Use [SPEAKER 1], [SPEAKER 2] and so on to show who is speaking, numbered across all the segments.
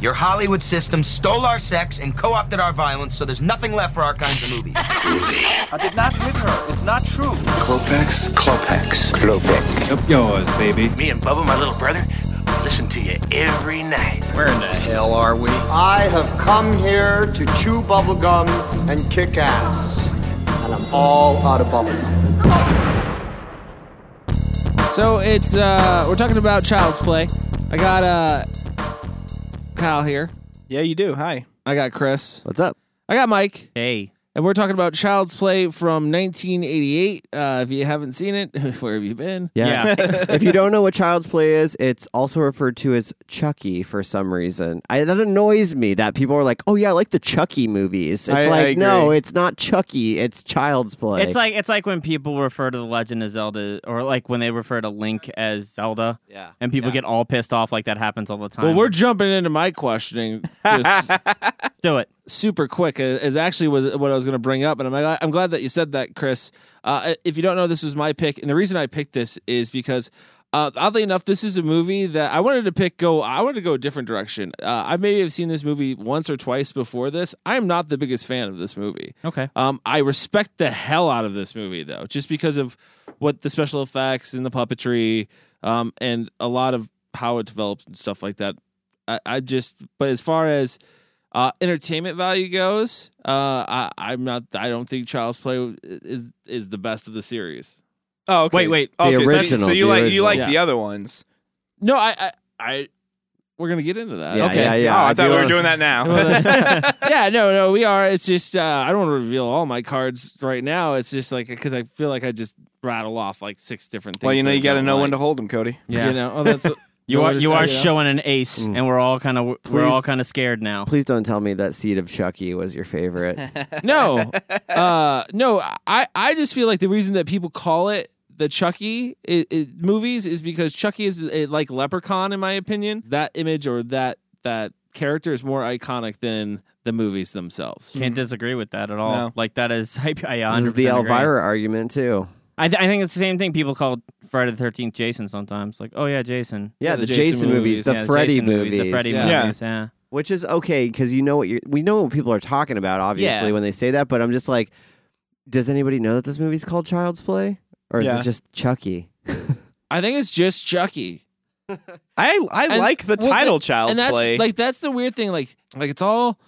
[SPEAKER 1] Your Hollywood system stole our sex and co opted our violence, so there's nothing left for our kinds of movies.
[SPEAKER 2] I did not hit her. It's not true.
[SPEAKER 3] Clopex? Clopex. Clopex.
[SPEAKER 4] Up yours, baby.
[SPEAKER 5] Me and Bubba, my little brother, listen to you every night.
[SPEAKER 3] Where in the hell are we?
[SPEAKER 6] I have come here to chew bubblegum and kick ass. And I'm all out of bubblegum.
[SPEAKER 7] So it's uh we're talking about child's play. I got uh Kyle here.
[SPEAKER 8] Yeah, you do. Hi.
[SPEAKER 7] I got Chris.
[SPEAKER 9] What's up?
[SPEAKER 7] I got Mike.
[SPEAKER 8] Hey.
[SPEAKER 7] And we're talking about Child's Play from 1988. Uh, if you haven't seen it, where have you been?
[SPEAKER 9] Yeah. if you don't know what Child's Play is, it's also referred to as Chucky for some reason. I, that annoys me that people are like, "Oh yeah, I like the Chucky movies." It's
[SPEAKER 8] I- I
[SPEAKER 9] like, no,
[SPEAKER 8] agree.
[SPEAKER 9] it's not Chucky. It's Child's Play.
[SPEAKER 10] It's uh, like it's like when people refer to the Legend of Zelda, or like when they refer to Link as Zelda,
[SPEAKER 9] yeah.
[SPEAKER 10] and people get all pissed off. Like that happens all the time.
[SPEAKER 7] Well, we're jumping into my questioning just
[SPEAKER 10] Let's do it.
[SPEAKER 7] super quick. uh, Is actually was what I was going to bring up, and I'm glad, I'm glad that you said that, Chris. Uh, if you don't know, this was my pick, and the reason I picked this is because. Uh, oddly enough, this is a movie that I wanted to pick. Go, I wanted to go a different direction. Uh, I maybe have seen this movie once or twice before this. I am not the biggest fan of this movie.
[SPEAKER 10] Okay.
[SPEAKER 7] Um, I respect the hell out of this movie though, just because of what the special effects and the puppetry, um, and a lot of how it develops and stuff like that. I, I just, but as far as uh, entertainment value goes, uh, I, I'm not. I don't think Child's Play is is the best of the series.
[SPEAKER 8] Oh, okay.
[SPEAKER 10] Wait, wait.
[SPEAKER 8] Okay, so-
[SPEAKER 9] original,
[SPEAKER 8] So, you
[SPEAKER 9] the
[SPEAKER 8] like you
[SPEAKER 9] original.
[SPEAKER 8] like
[SPEAKER 7] Yeah.
[SPEAKER 8] the other ones?
[SPEAKER 7] No, I, I, I we're gonna get into that.
[SPEAKER 9] Yeah,
[SPEAKER 7] okay.
[SPEAKER 9] yeah, yeah.
[SPEAKER 8] oh, I, thought
[SPEAKER 9] do
[SPEAKER 8] we were
[SPEAKER 9] wanna-
[SPEAKER 8] doing that now.
[SPEAKER 7] yeah, no, no, we are. It's just uh, I don't want to reveal all my cards right now. It's just like because I feel like I just rattle off like six different things.
[SPEAKER 8] well, you know
[SPEAKER 7] that I
[SPEAKER 8] you got to
[SPEAKER 7] don't
[SPEAKER 8] know
[SPEAKER 7] like.
[SPEAKER 8] when to hold them, Cody.
[SPEAKER 10] Yeah.
[SPEAKER 7] You know, oh, that's
[SPEAKER 10] You
[SPEAKER 7] no,
[SPEAKER 10] are
[SPEAKER 7] I just-
[SPEAKER 10] you
[SPEAKER 7] I- know.
[SPEAKER 10] are showing an ace, and we're all kind of we're
[SPEAKER 9] Mm.
[SPEAKER 10] all
[SPEAKER 9] Please.
[SPEAKER 10] kind of scared now.
[SPEAKER 9] Please don't tell me that Seed of Chucky was your favorite.
[SPEAKER 7] No, uh, no. I I just feel like the reason that people call it the Chucky i i movies is because Chucky is a, like Leprechaun, in my opinion. That image or that that character is more iconic than the movies themselves.
[SPEAKER 10] Can't disagree with that at all.
[SPEAKER 8] No.
[SPEAKER 10] Like that is I, I
[SPEAKER 9] this
[SPEAKER 10] 100%
[SPEAKER 9] is the
[SPEAKER 10] agree.
[SPEAKER 9] Elvira argument too.
[SPEAKER 10] I, th- I think it's the same thing. People call Friday the Thirteenth Jason sometimes. Like, oh yeah, Jason.
[SPEAKER 9] Yeah, the, Jason, movies, the
[SPEAKER 10] Yeah,
[SPEAKER 9] Freddy
[SPEAKER 10] Jason
[SPEAKER 9] movies,
[SPEAKER 10] the Freddy
[SPEAKER 7] Yeah.
[SPEAKER 10] movies. Yeah.
[SPEAKER 9] which is okay because you know what you we know what people are talking about obviously
[SPEAKER 10] Yeah.
[SPEAKER 9] when they say that but i'm just like does anybody know that this movie's called child's play or is
[SPEAKER 8] Yeah.
[SPEAKER 9] it just chucky
[SPEAKER 7] I think it's just Chucky.
[SPEAKER 8] I I
[SPEAKER 7] And-
[SPEAKER 8] like the
[SPEAKER 7] well,
[SPEAKER 8] title
[SPEAKER 7] and-
[SPEAKER 8] Child's
[SPEAKER 7] and that's,
[SPEAKER 8] Play.
[SPEAKER 7] Like that's the weird thing. Like like it's all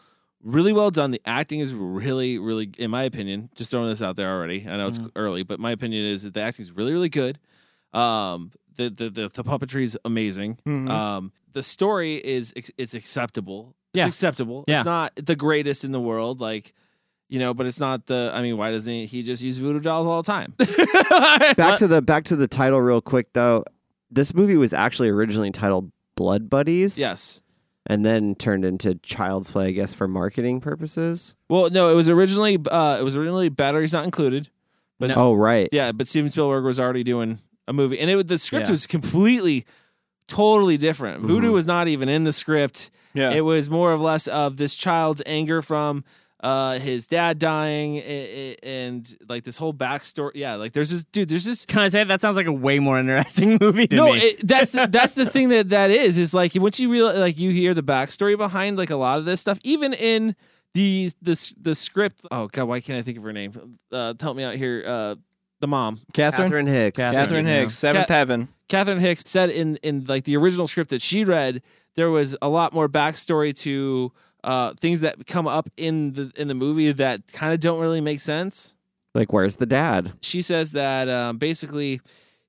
[SPEAKER 7] really well done. The acting is really really, in my opinion, just throwing this out there already. I know
[SPEAKER 8] Mm-hmm.
[SPEAKER 7] it's early, but my opinion is that the acting is really really good. Um, the the the, the puppetry is amazing.
[SPEAKER 10] Mm-hmm.
[SPEAKER 8] Mhm.
[SPEAKER 9] uh,
[SPEAKER 7] Um, the story is it's acceptable. It's
[SPEAKER 10] Yeah.
[SPEAKER 7] acceptable.
[SPEAKER 10] Yeah.
[SPEAKER 7] It's not the greatest in the world. Like. You know, but it's not the. I mean, why doesn't he, he just use voodoo dolls all the time?
[SPEAKER 9] back to the back to the title real quick though this movie was actually originally titled blood buddies
[SPEAKER 7] yes.
[SPEAKER 9] and then turned into child's play i guess for marketing purposes
[SPEAKER 7] Well, no, it was originally uh, it was originally batteries not included, but
[SPEAKER 9] oh right
[SPEAKER 7] Yeah, but Steven Spielberg was already doing a movie, and it was- the script
[SPEAKER 10] Yeah. Mm-hmm.
[SPEAKER 7] was completely, totally different. Voodoo
[SPEAKER 9] Mhm.
[SPEAKER 7] was not even in the script.
[SPEAKER 8] yeah.
[SPEAKER 7] It was more or less of this child's anger from uh, his dad dying, and, and like this whole backstory. Yeah, like there's this dude. There's this
[SPEAKER 10] Can I say that sounds like a way more interesting movie to
[SPEAKER 7] no,
[SPEAKER 10] me?
[SPEAKER 7] it, that's the, that's the thing that that is is like once you realize like you hear the backstory behind like a lot of this stuff, even in the the the script. Oh god, why can't I think of her name? Uh, help me out here. Uh, the mom,
[SPEAKER 8] Catherine.
[SPEAKER 9] catherine hicks
[SPEAKER 8] Catherine Hicks, Seventh
[SPEAKER 7] Ca-
[SPEAKER 8] Heaven.
[SPEAKER 7] Catherine Hicks said in in like the original script that she read, there was a lot more backstory to uh, things that come up in the in the movie that kind of don't really make sense.
[SPEAKER 9] like where's the dad
[SPEAKER 7] She says that um, basically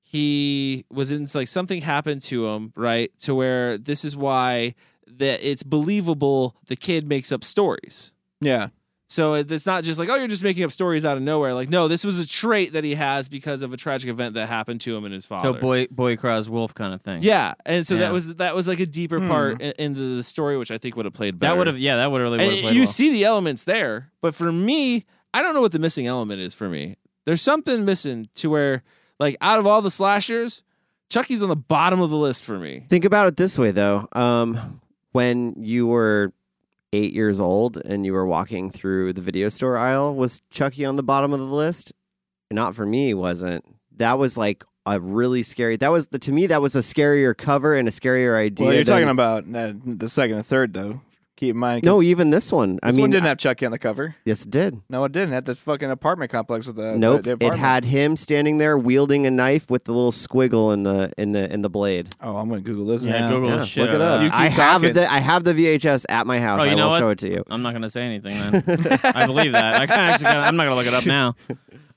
[SPEAKER 7] he was in like something happened to him, right? To where this is why that it's believable the kid makes up stories.
[SPEAKER 8] Yeah.
[SPEAKER 7] So it- it's not just like, oh, you're just making up stories out of nowhere. Like, no, this was a trait that he has because of a tragic event that happened to him and his father.
[SPEAKER 10] so boy boy cries wolf kind of thing.
[SPEAKER 7] Yeah, and so
[SPEAKER 10] Yeah. Hmm.
[SPEAKER 7] that was that was like a deeper part in, in the story, which I think would have played better.
[SPEAKER 10] That would have yeah, that would really
[SPEAKER 7] And
[SPEAKER 10] would have played
[SPEAKER 7] you
[SPEAKER 10] well.
[SPEAKER 7] see the elements there, but for me, I don't know what the missing element is for me. There's something missing to where, like, out of all the slashers, Chucky's on the bottom of the list for me.
[SPEAKER 9] Think about it this way, though. Um, when you were eight years old and you were walking through the video store aisle, was Chucky on the bottom of the list? Not for me, it wasn't. That was like a really scary. That was the to me that was a scarier cover and a scarier idea.
[SPEAKER 8] Well, you're
[SPEAKER 9] than-
[SPEAKER 8] talking about uh, the second and third, though. Keep in mind. 'cause
[SPEAKER 9] no, even this one. I
[SPEAKER 8] this
[SPEAKER 9] mean,
[SPEAKER 8] one didn't have Chucky on the cover.
[SPEAKER 9] yes, it did.
[SPEAKER 8] No, it didn't. It had the fucking apartment complex with the
[SPEAKER 9] Nope,
[SPEAKER 8] the
[SPEAKER 9] it
[SPEAKER 8] apartment.
[SPEAKER 9] had him standing there wielding a knife with the little squiggle in the in the in the blade.
[SPEAKER 8] Oh, I'm gonna Google this.
[SPEAKER 10] Yeah,
[SPEAKER 8] now.
[SPEAKER 10] Google
[SPEAKER 9] Yeah,
[SPEAKER 10] the shit.
[SPEAKER 9] look it
[SPEAKER 10] out of
[SPEAKER 9] up.
[SPEAKER 10] that.
[SPEAKER 9] I have
[SPEAKER 8] talking.
[SPEAKER 9] the I have the VHS at my house.
[SPEAKER 10] Oh, you
[SPEAKER 9] I
[SPEAKER 10] know
[SPEAKER 9] will
[SPEAKER 10] what?
[SPEAKER 9] show it to you.
[SPEAKER 10] I'm not gonna say anything then. I believe that. I kind of actually. Gotta, I'm not gonna look it up now.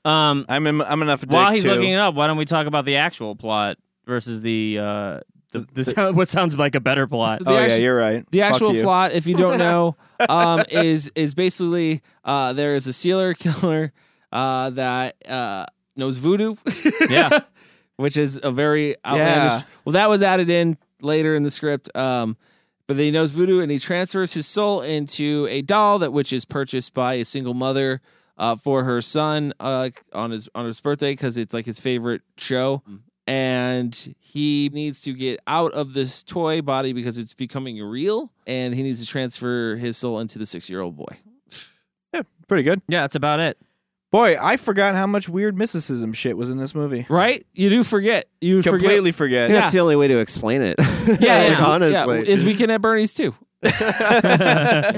[SPEAKER 10] Um,
[SPEAKER 8] I'm in, I'm enough.
[SPEAKER 10] while he's looking it up, why don't we talk about the actual plot versus the uh, the, the, sound what sounds like a better plot?
[SPEAKER 7] The
[SPEAKER 8] Oh yeah,
[SPEAKER 7] actual-
[SPEAKER 8] you're right.
[SPEAKER 7] The
[SPEAKER 8] Fuck
[SPEAKER 7] actual
[SPEAKER 8] you.
[SPEAKER 7] plot, if you don't know, um, is is basically uh, there is a sealer killer uh, that uh, knows voodoo,
[SPEAKER 10] yeah,
[SPEAKER 7] which is a very outlandish. Well, that was added in later in the script, um, but he knows voodoo and he transfers his soul into a doll that which is purchased by a single mother uh, for her son uh, on his on his birthday because it's like his favorite show. And he needs to get out of this toy body because it's becoming real, and he needs to transfer his soul into the six-year-old boy.
[SPEAKER 8] Pretty good.
[SPEAKER 10] yeah. That's about it.
[SPEAKER 8] Boy, I forgot how much weird mysticism shit was in this movie.
[SPEAKER 7] Right? You do forget. You forget-
[SPEAKER 8] Completely forget.
[SPEAKER 7] Yeah.
[SPEAKER 9] That's the only way to explain it.
[SPEAKER 7] Yeah, yeah,
[SPEAKER 9] honestly.
[SPEAKER 7] yeah, is Weekend at Bernie's too. but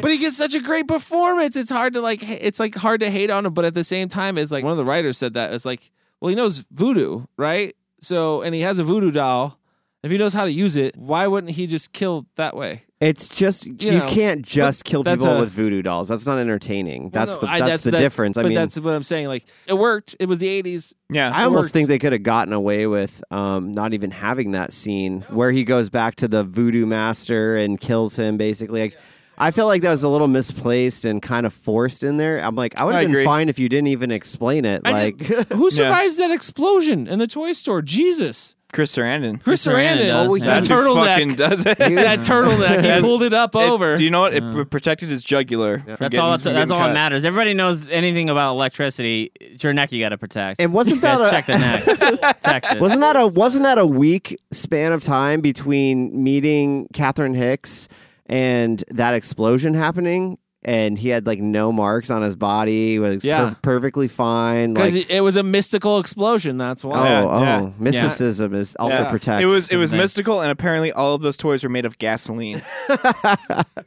[SPEAKER 7] he gets such a great performance. It's hard to like. h- It's like hard to hate on him, but at the same time, it's like one of the writers said that it's like, well, he knows voodoo, right? So, and he has a voodoo doll. If he knows how to use it, why wouldn't he just kill that way?
[SPEAKER 9] It's just you,
[SPEAKER 7] know,
[SPEAKER 9] can't just kill
[SPEAKER 7] that's
[SPEAKER 9] people
[SPEAKER 7] a-
[SPEAKER 9] with voodoo dolls. That's not entertaining.
[SPEAKER 7] Well,
[SPEAKER 9] That's
[SPEAKER 7] no,
[SPEAKER 9] the
[SPEAKER 7] I-
[SPEAKER 9] that's, the
[SPEAKER 7] that-
[SPEAKER 9] difference. I
[SPEAKER 7] but
[SPEAKER 9] mean,
[SPEAKER 7] that's what I'm saying. Like, it worked. It was the '80s.
[SPEAKER 8] Yeah.
[SPEAKER 9] I almost
[SPEAKER 7] worked.
[SPEAKER 9] think they could have gotten away with um, not even having that scene where he goes back to the voodoo master and kills him. Basically, like I feel like that was a little misplaced and kind of forced in there. I'm like, I would
[SPEAKER 8] I
[SPEAKER 9] have been
[SPEAKER 8] agree.
[SPEAKER 9] fine if you didn't even explain it.
[SPEAKER 7] I
[SPEAKER 9] like,
[SPEAKER 7] just- Who survives that explosion in the toy store? Jesus,
[SPEAKER 8] Chris Sarandon.
[SPEAKER 7] Chris
[SPEAKER 10] Chris Sarandon
[SPEAKER 7] Sarandon.
[SPEAKER 10] does,
[SPEAKER 7] Oh,
[SPEAKER 10] yeah.
[SPEAKER 7] that
[SPEAKER 8] That's who fucking
[SPEAKER 7] turtleneck.
[SPEAKER 8] does it.
[SPEAKER 7] That turtleneck. He
[SPEAKER 8] That-
[SPEAKER 7] pulled it up
[SPEAKER 8] It-
[SPEAKER 7] over.
[SPEAKER 8] do you know what? It pr- protected his jugular. from
[SPEAKER 10] That's
[SPEAKER 8] getting-
[SPEAKER 10] all.
[SPEAKER 8] from
[SPEAKER 10] That's, that's
[SPEAKER 8] getting
[SPEAKER 10] all
[SPEAKER 8] cut.
[SPEAKER 10] that matters. Everybody knows anything about electricity. It's your neck you got to protect.
[SPEAKER 9] and wasn't that
[SPEAKER 10] Yeah,
[SPEAKER 9] a,
[SPEAKER 10] check the neck. Check it.
[SPEAKER 9] Wasn't that a wasn't that a week span of time between meeting Catherine Hicks and that explosion happening? And he had like no marks on his body. He Was per-
[SPEAKER 7] Yeah.
[SPEAKER 9] perfectly fine. Like
[SPEAKER 7] Because it was a mystical explosion. That's
[SPEAKER 9] oh
[SPEAKER 7] why.
[SPEAKER 8] Yeah,
[SPEAKER 9] oh,
[SPEAKER 8] yeah.
[SPEAKER 9] mysticism is also
[SPEAKER 8] Yeah.
[SPEAKER 9] protects.
[SPEAKER 8] It was it was
[SPEAKER 10] Thanks.
[SPEAKER 8] mystical, and apparently all of those toys were made of gasoline.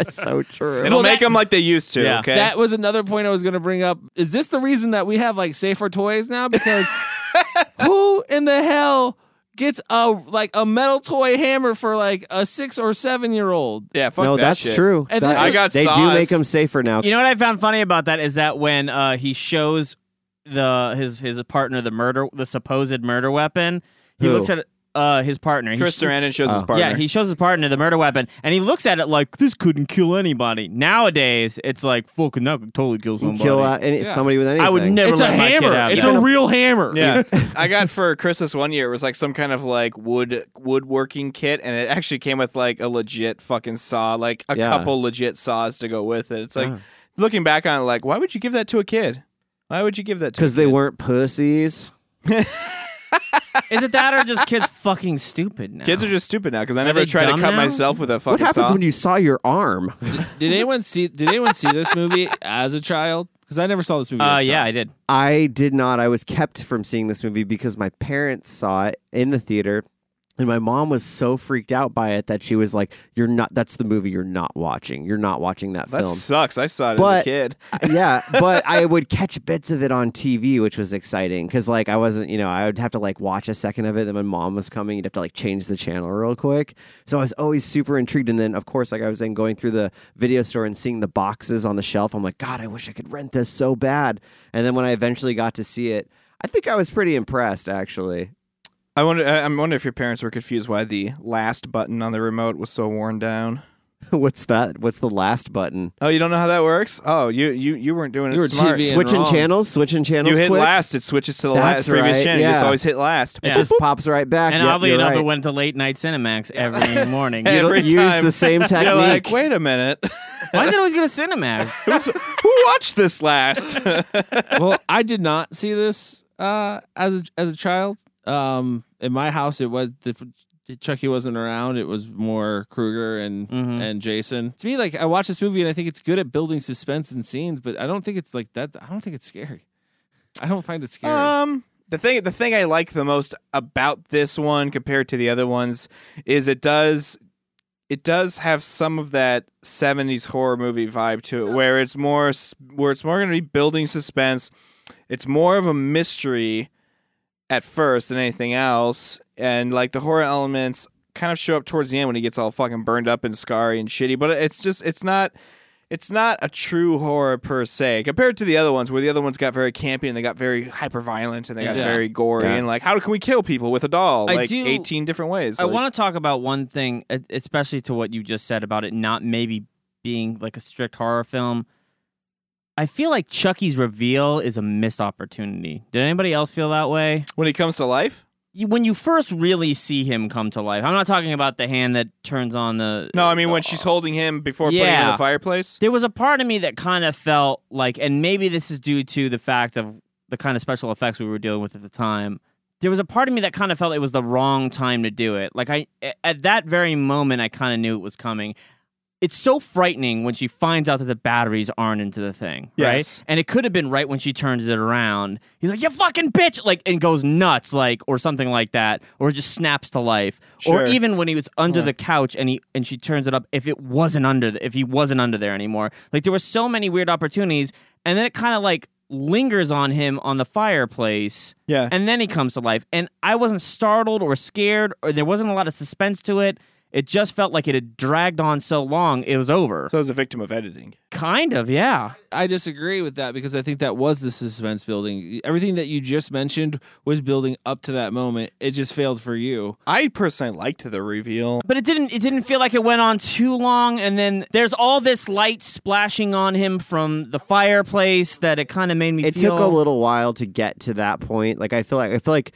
[SPEAKER 9] so true.
[SPEAKER 8] It'll
[SPEAKER 7] Well,
[SPEAKER 8] make
[SPEAKER 7] that-
[SPEAKER 8] them like they used to.
[SPEAKER 10] Yeah.
[SPEAKER 8] Okay.
[SPEAKER 7] That was another point I was going to bring up. Is this the reason that we have like safer toys now? Because who in the hell gets a like a metal toy hammer for like a six or seven year old?
[SPEAKER 8] yeah. Fuck
[SPEAKER 9] no,
[SPEAKER 8] that
[SPEAKER 9] that's
[SPEAKER 8] shit.
[SPEAKER 9] true.
[SPEAKER 7] And
[SPEAKER 9] That-
[SPEAKER 7] this is- I
[SPEAKER 8] got
[SPEAKER 9] they do
[SPEAKER 8] saws.
[SPEAKER 9] make them safer now.
[SPEAKER 10] You know what I found funny about that is that when uh, he shows the his his partner the murder the supposed murder weapon, he
[SPEAKER 9] Who?
[SPEAKER 10] looks at uh, his partner. He
[SPEAKER 8] Chris
[SPEAKER 10] sh-
[SPEAKER 8] Sarandon shows his
[SPEAKER 9] Oh.
[SPEAKER 8] partner.
[SPEAKER 10] Yeah, he shows his partner the murder weapon, and he looks at it like this couldn't kill anybody. Nowadays, it's like fucking that could totally kill
[SPEAKER 9] You
[SPEAKER 10] somebody.
[SPEAKER 9] kill uh, any, somebody with anything.
[SPEAKER 10] I would never.
[SPEAKER 7] It's a
[SPEAKER 10] let my kid
[SPEAKER 7] hammer.
[SPEAKER 10] have
[SPEAKER 7] It's
[SPEAKER 10] that.
[SPEAKER 7] a real hammer.
[SPEAKER 8] Yeah, I got for Christmas one year. It was like some kind of like wood woodworking kit, and it actually came with like a legit fucking saw, like a
[SPEAKER 9] Yeah.
[SPEAKER 8] couple legit saws to go with it. It's like looking back on it, like why would you give that to a kid? Why would you give that to?
[SPEAKER 9] because they weren't pussies.
[SPEAKER 10] Is it that or just kids fucking stupid now?
[SPEAKER 8] Kids are just stupid now because I never
[SPEAKER 10] they
[SPEAKER 8] tried to
[SPEAKER 10] dumb
[SPEAKER 8] cut
[SPEAKER 10] now?
[SPEAKER 8] myself with a fucking
[SPEAKER 9] What happens
[SPEAKER 8] saw.
[SPEAKER 9] when you saw your arm?
[SPEAKER 7] Did anyone see? Did anyone see this movie as a child? Because I never saw this movie.
[SPEAKER 10] Uh,
[SPEAKER 7] as a
[SPEAKER 10] yeah,
[SPEAKER 7] child.
[SPEAKER 10] I did.
[SPEAKER 9] I did not. I was kept from seeing this movie because my parents saw it in the theater. And my mom was so freaked out by it that she was like, "You're not. That's the movie you're not watching. You're not watching that,
[SPEAKER 8] that
[SPEAKER 9] film."
[SPEAKER 8] sucks. I saw it as
[SPEAKER 9] But-
[SPEAKER 8] a kid.
[SPEAKER 9] yeah, but I would catch bits of it on TV, which was exciting because like I wasn't, you know, I would have to like watch a second of it. Then my mom was coming, you'd have to like change the channel real quick. So I was always super intrigued. And then of course, like I was then going through the video store and seeing the boxes on the shelf. I'm like, God, I wish I could rent this so bad. And then when I eventually got to see it, I think I was pretty impressed actually.
[SPEAKER 8] I wonder. I I wonder if your parents were confused why the last button on the remote was so worn down.
[SPEAKER 9] What's that? What's the last button?
[SPEAKER 8] Oh, you don't know how that works? Oh, you you, you weren't doing it
[SPEAKER 7] You were
[SPEAKER 8] smart.
[SPEAKER 7] TV and
[SPEAKER 9] Switching
[SPEAKER 7] wrong.
[SPEAKER 9] channels, switching channels.
[SPEAKER 8] You hit
[SPEAKER 9] quick.
[SPEAKER 8] last, it switches to the
[SPEAKER 9] That's
[SPEAKER 8] last previous
[SPEAKER 9] right,
[SPEAKER 8] channel. You just
[SPEAKER 9] yeah.
[SPEAKER 8] always hit last.
[SPEAKER 9] It just pops right back.
[SPEAKER 10] And
[SPEAKER 9] Yep,
[SPEAKER 10] oddly
[SPEAKER 9] you're
[SPEAKER 10] enough,
[SPEAKER 9] right.
[SPEAKER 10] it went to late night Cinemax every morning.
[SPEAKER 9] You don't
[SPEAKER 8] every
[SPEAKER 9] use
[SPEAKER 8] time.
[SPEAKER 9] the same technique.
[SPEAKER 8] You're like, wait a minute.
[SPEAKER 10] Why is it always going to Cinemax?
[SPEAKER 8] Who's- Who watched this last? Um,
[SPEAKER 7] well, I did not see this uh, as a, as a child. Um, in my house, it was the Chucky wasn't around. It was more Krueger and
[SPEAKER 8] Mm-hmm.
[SPEAKER 10] Mhm.
[SPEAKER 7] and Jason. To me, like I watch this movie and I think it's good at building suspense and scenes, but I don't think it's like that. I don't think it's scary. I don't find it scary.
[SPEAKER 8] um, the thing the thing I like the most about this one compared to the other ones is it does it does have some of that 70s horror movie vibe to it where it's more s- where it's more going to be building suspense. It's more of a mystery at first than anything else and like the horror elements kind of show up towards the end when he gets all fucking burned up and scarry and shitty, but it's just it's not it's not a true horror per se compared to the other ones where the other ones got very campy and they got very hyper violent and they got
[SPEAKER 7] Yeah.
[SPEAKER 8] very gory
[SPEAKER 9] Yeah.
[SPEAKER 8] and like how can we kill people with a doll
[SPEAKER 10] I
[SPEAKER 8] like
[SPEAKER 10] do-
[SPEAKER 8] 18 different ways
[SPEAKER 10] I
[SPEAKER 8] Like,
[SPEAKER 10] want to talk about one thing, e- especially to what you just said about it not maybe being like a strict horror film. I feel like Chucky's reveal is a missed opportunity. Did anybody else feel that way?
[SPEAKER 8] when it comes to life
[SPEAKER 10] You- When you first really see him come to life, I'm not talking about the hand that turns on the.
[SPEAKER 8] no i mean when she's holding him before putting him in
[SPEAKER 10] Yeah.
[SPEAKER 8] the fireplace
[SPEAKER 10] There was a part of me that kind of felt like, and maybe this is due to the fact of the kind of special effects we were dealing with at the time. There was a part of me that kind of felt it was the wrong time to do it. Like I, a- at that very moment, I kind of knew it was coming. It's so frightening when she finds out that the batteries aren't into the thing,
[SPEAKER 8] Yes.
[SPEAKER 10] right? And it could have been right when she turns it around. He's like, "You fucking bitch!" like and goes nuts, like or something like that, or just snaps to life,
[SPEAKER 8] Sure.
[SPEAKER 10] or even when he was under the couch and he and she turns it up if it wasn't under the, if he wasn't under there anymore like there were so many weird opportunities and then it kind of like lingers on him on the fireplace
[SPEAKER 8] Yeah.
[SPEAKER 10] and then he comes to life and i wasn't startled or scared or there wasn't a lot of suspense to it it just felt like it had dragged on so long it was over
[SPEAKER 8] so i was a victim of editing
[SPEAKER 10] kind of yeah
[SPEAKER 7] I disagree with that because I think that was the suspense building. Everything that you just mentioned was building up to that moment. It just failed for you.
[SPEAKER 8] i personally liked the reveal
[SPEAKER 10] but it didn't it didn't feel like it went on too long and then there's all this light splashing on him from the fireplace that it kind of made me
[SPEAKER 9] it
[SPEAKER 10] feel
[SPEAKER 9] took a little while to get to that point. Like I feel like I feel like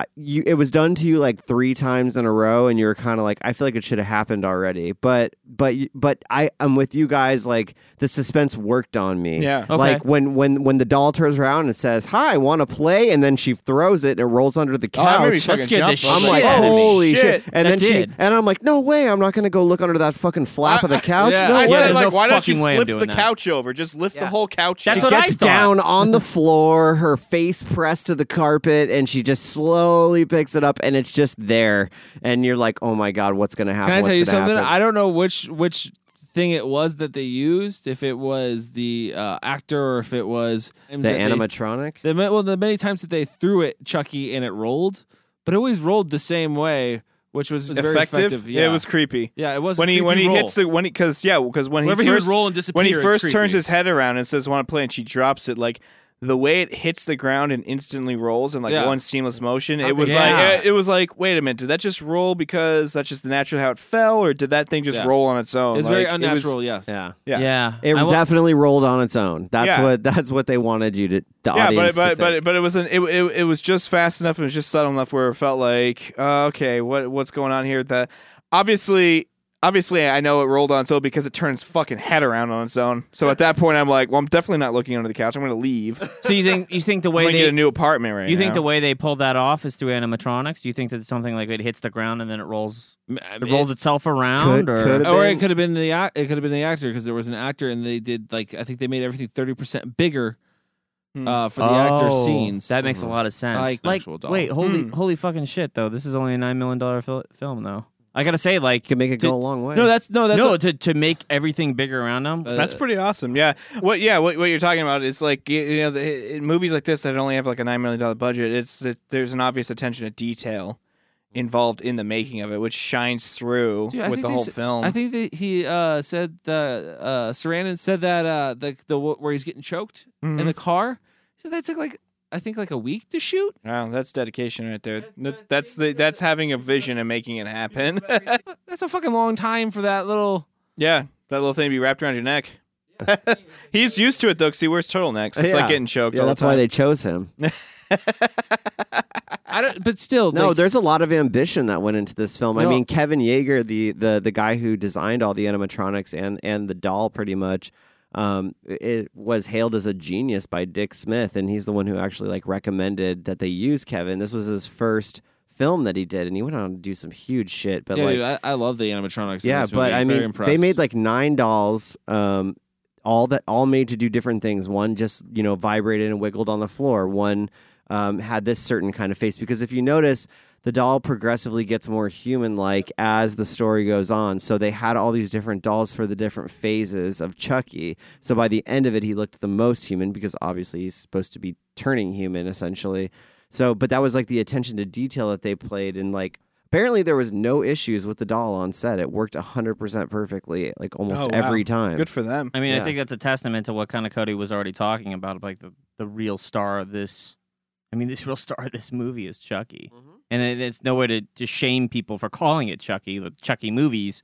[SPEAKER 9] I, you it was done to you like three times in a row, and you were kind of like I feel like it should have happened already. But but you- but I I'm with you guys. Like the suspense worked on me.
[SPEAKER 8] Yeah. Okay.
[SPEAKER 9] Like when when when the doll turns around and says hi, want to play, and then she throws it and it rolls under the
[SPEAKER 8] Oh, that
[SPEAKER 9] couch.
[SPEAKER 8] made me fucking
[SPEAKER 10] scared the
[SPEAKER 8] jump a little bit.
[SPEAKER 9] I'm
[SPEAKER 10] shit
[SPEAKER 9] like,
[SPEAKER 10] out of me.
[SPEAKER 9] holy
[SPEAKER 8] Shit.
[SPEAKER 9] shit! And
[SPEAKER 10] That
[SPEAKER 9] then she
[SPEAKER 10] did.
[SPEAKER 9] and I'm like, no way! I'm not gonna go look under that fucking flap of the couch.
[SPEAKER 7] yeah,
[SPEAKER 9] no
[SPEAKER 8] I
[SPEAKER 9] way.
[SPEAKER 8] said,
[SPEAKER 10] there's
[SPEAKER 8] like,
[SPEAKER 10] no
[SPEAKER 8] why don't you
[SPEAKER 10] fucking way I'm
[SPEAKER 8] flip
[SPEAKER 10] doing
[SPEAKER 8] the
[SPEAKER 10] that.
[SPEAKER 8] couch over? Just lift the
[SPEAKER 9] Yeah.
[SPEAKER 8] whole couch.
[SPEAKER 10] That's
[SPEAKER 9] she
[SPEAKER 10] what
[SPEAKER 8] over.
[SPEAKER 10] I
[SPEAKER 9] gets
[SPEAKER 10] thought.
[SPEAKER 9] down on the floor, her face pressed to the carpet, and she just slowly picks it up, and it's just there. And you're like, "Oh my god, what's gonna happen?"
[SPEAKER 7] Can I tell
[SPEAKER 9] What's
[SPEAKER 7] you
[SPEAKER 9] gonna
[SPEAKER 7] something?
[SPEAKER 9] happen?"
[SPEAKER 7] I don't know which which thing it was that they used. If it was the uh, actor or if it was
[SPEAKER 9] the
[SPEAKER 7] that they-
[SPEAKER 9] animatronic.
[SPEAKER 7] The, ma- well, the many times that they threw it, Chucky, and it rolled, but it always rolled the same way, which was very
[SPEAKER 8] effective.
[SPEAKER 7] effective. Yeah,
[SPEAKER 8] It was creepy.
[SPEAKER 7] Yeah, it was a
[SPEAKER 8] when he
[SPEAKER 7] creepy
[SPEAKER 8] when he
[SPEAKER 7] roll.
[SPEAKER 8] hits the when because yeah because when
[SPEAKER 7] Whenever
[SPEAKER 8] he
[SPEAKER 7] he would
[SPEAKER 8] first
[SPEAKER 7] roll and disappear,
[SPEAKER 8] when he
[SPEAKER 7] it's
[SPEAKER 8] first turns
[SPEAKER 7] creepy.
[SPEAKER 8] his head around and says want to play and she drops it like the way it hits the ground and instantly rolls in like
[SPEAKER 7] Yeah.
[SPEAKER 8] one seamless motion it
[SPEAKER 7] think-
[SPEAKER 8] was
[SPEAKER 7] Yeah.
[SPEAKER 8] like it, it was like wait a minute did that just roll because that's just the natural how it fell or did that thing just
[SPEAKER 7] Yeah.
[SPEAKER 8] roll on its own
[SPEAKER 7] It was
[SPEAKER 8] Like,
[SPEAKER 7] very
[SPEAKER 8] it was-
[SPEAKER 7] unnatural. yes.
[SPEAKER 9] yeah,
[SPEAKER 8] yeah
[SPEAKER 10] yeah
[SPEAKER 9] it
[SPEAKER 10] I wa-
[SPEAKER 9] definitely rolled on its own. That's
[SPEAKER 8] Yeah.
[SPEAKER 9] what that's what they wanted you to the
[SPEAKER 8] yeah, but
[SPEAKER 9] audience.
[SPEAKER 8] but but
[SPEAKER 9] to think.
[SPEAKER 8] it, but it was an it, it, it was just fast enough and it was just subtle enough where it felt like uh, okay, what what's going on here? The obviously obviously I know it rolled on its own because it turns fucking head around on its own. So at that point I'm like, well, I'm definitely not looking under the couch. I'm going to leave. I'm
[SPEAKER 10] so you think you think the way
[SPEAKER 8] going to
[SPEAKER 10] they
[SPEAKER 8] get a new apartment right
[SPEAKER 10] You think
[SPEAKER 8] now.
[SPEAKER 10] the way they pulled that off is through animatronics? Do you think that it's something like it hits the ground and then it rolls,
[SPEAKER 7] I
[SPEAKER 10] it
[SPEAKER 7] mean,
[SPEAKER 10] rolls itself around?
[SPEAKER 9] could-
[SPEAKER 10] or
[SPEAKER 9] could have
[SPEAKER 7] or
[SPEAKER 9] been-
[SPEAKER 7] it could have been the ac- it could have been the actor because there was an actor and they did like I think they made everything thirty percent bigger
[SPEAKER 8] Hmm.
[SPEAKER 7] uh, for the actor
[SPEAKER 10] Oh,
[SPEAKER 7] scenes.
[SPEAKER 10] That makes a lot of sense.
[SPEAKER 7] Like an
[SPEAKER 10] Like,
[SPEAKER 7] actual doll.
[SPEAKER 10] wait, holy,
[SPEAKER 9] Hmm.
[SPEAKER 10] holy fucking shit! Though this is only a nine million dollar fil- film, though. I gotta say, like,
[SPEAKER 9] You can make it
[SPEAKER 10] to-
[SPEAKER 9] go a long
[SPEAKER 8] Oh.
[SPEAKER 9] way.
[SPEAKER 7] no, that's no, that's uh,
[SPEAKER 10] no,
[SPEAKER 7] what-
[SPEAKER 10] to to make everything bigger around them.
[SPEAKER 8] That's pretty awesome. Yeah. What? Yeah. What, what you're talking about is like you, you know, the, in movies like this that only have like a nine million dollar budget, it's it, there's an obvious attention to detail involved in the making of it, which shines through
[SPEAKER 7] Dude, I
[SPEAKER 8] with
[SPEAKER 7] think
[SPEAKER 8] the
[SPEAKER 7] they
[SPEAKER 8] whole
[SPEAKER 7] s-
[SPEAKER 8] film.
[SPEAKER 7] I think that he uh, said the uh, Sarandon said that uh, the the where he's getting choked in
[SPEAKER 8] Mm-hmm.
[SPEAKER 7] the car. He said that took like I think like a week to shoot.
[SPEAKER 8] Wow, that's dedication right there. That's that's the that's having a vision and making it happen.
[SPEAKER 7] That's a fucking long time for that little.
[SPEAKER 8] yeah, that little thing be wrapped around your neck. He's used to it though, 'cause he wears turtlenecks. It's
[SPEAKER 9] Yeah.
[SPEAKER 8] like getting choked.
[SPEAKER 9] Yeah,
[SPEAKER 8] all
[SPEAKER 9] that's
[SPEAKER 8] the
[SPEAKER 9] why
[SPEAKER 8] time.
[SPEAKER 9] they chose him.
[SPEAKER 7] I don't, but still,
[SPEAKER 9] No,
[SPEAKER 7] like,
[SPEAKER 9] there's a lot of ambition that went into this film.
[SPEAKER 7] No.
[SPEAKER 9] I mean, Kevin Yeager, the the the guy who designed all the animatronics and and the doll, pretty much, um, it was hailed as a genius by Dick Smith, and he's the one who actually like recommended that they use Kevin. This was his first film that he did, and he went on to do some huge shit. But
[SPEAKER 7] yeah,
[SPEAKER 9] like,
[SPEAKER 7] dude, I, I love the animatronics. in
[SPEAKER 9] yeah,
[SPEAKER 7] this
[SPEAKER 9] but
[SPEAKER 7] movie.
[SPEAKER 9] I
[SPEAKER 7] I'm very
[SPEAKER 9] mean,
[SPEAKER 7] impressed.
[SPEAKER 9] they made like nine dolls, um, all that all made to do different things. One just you know vibrated and wiggled on the floor. One um, had this certain kind of face. Because if you notice, the doll progressively gets more human like as the story goes on. So they had all these different dolls for the different phases of Chucky. So by the end of it, he looked the most human because obviously he's supposed to be turning human essentially. So, but that was like the attention to detail that they played and like. Apparently there was no issues with the doll on set. It worked 100% perfectly like almost
[SPEAKER 8] Oh, wow.
[SPEAKER 9] every time.
[SPEAKER 8] Good for them.
[SPEAKER 10] I mean, I
[SPEAKER 9] Yeah.
[SPEAKER 10] think that's a testament to what kind of Cody was already talking about, like the, the real star of this. I mean, this real star of this movie is Chucky,
[SPEAKER 7] Mm-hmm.
[SPEAKER 10] and it, it's no way to, to shame people for calling it Chucky. The Chucky movies.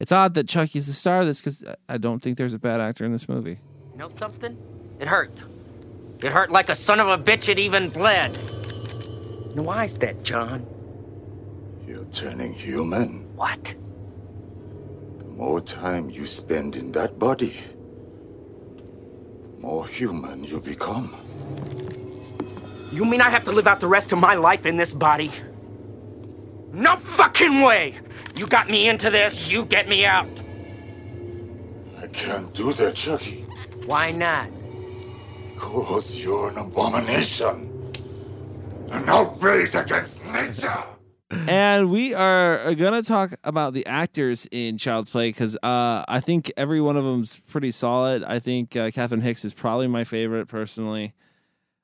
[SPEAKER 7] It's odd that Chucky's the star of this because I don't think there's a bad actor in this movie.
[SPEAKER 4] You know something? It hurt. It hurt like a son of a bitch. It even bled. Now, why is that, John?
[SPEAKER 11] You're turning human.
[SPEAKER 4] What?
[SPEAKER 11] The more time you spend in that body, the more human you become.
[SPEAKER 4] You mean I have to live out the rest of my life in this body? No fucking way! You got me into this, you get me out.
[SPEAKER 11] I can't do that, Chucky,
[SPEAKER 4] Why not?
[SPEAKER 11] because you're an abomination. An outrage against nature.
[SPEAKER 7] And we are going to talk about the actors in Child's Play because uh, I think every one of them's pretty solid. I think uh, Catherine Hicks is probably my favorite personally.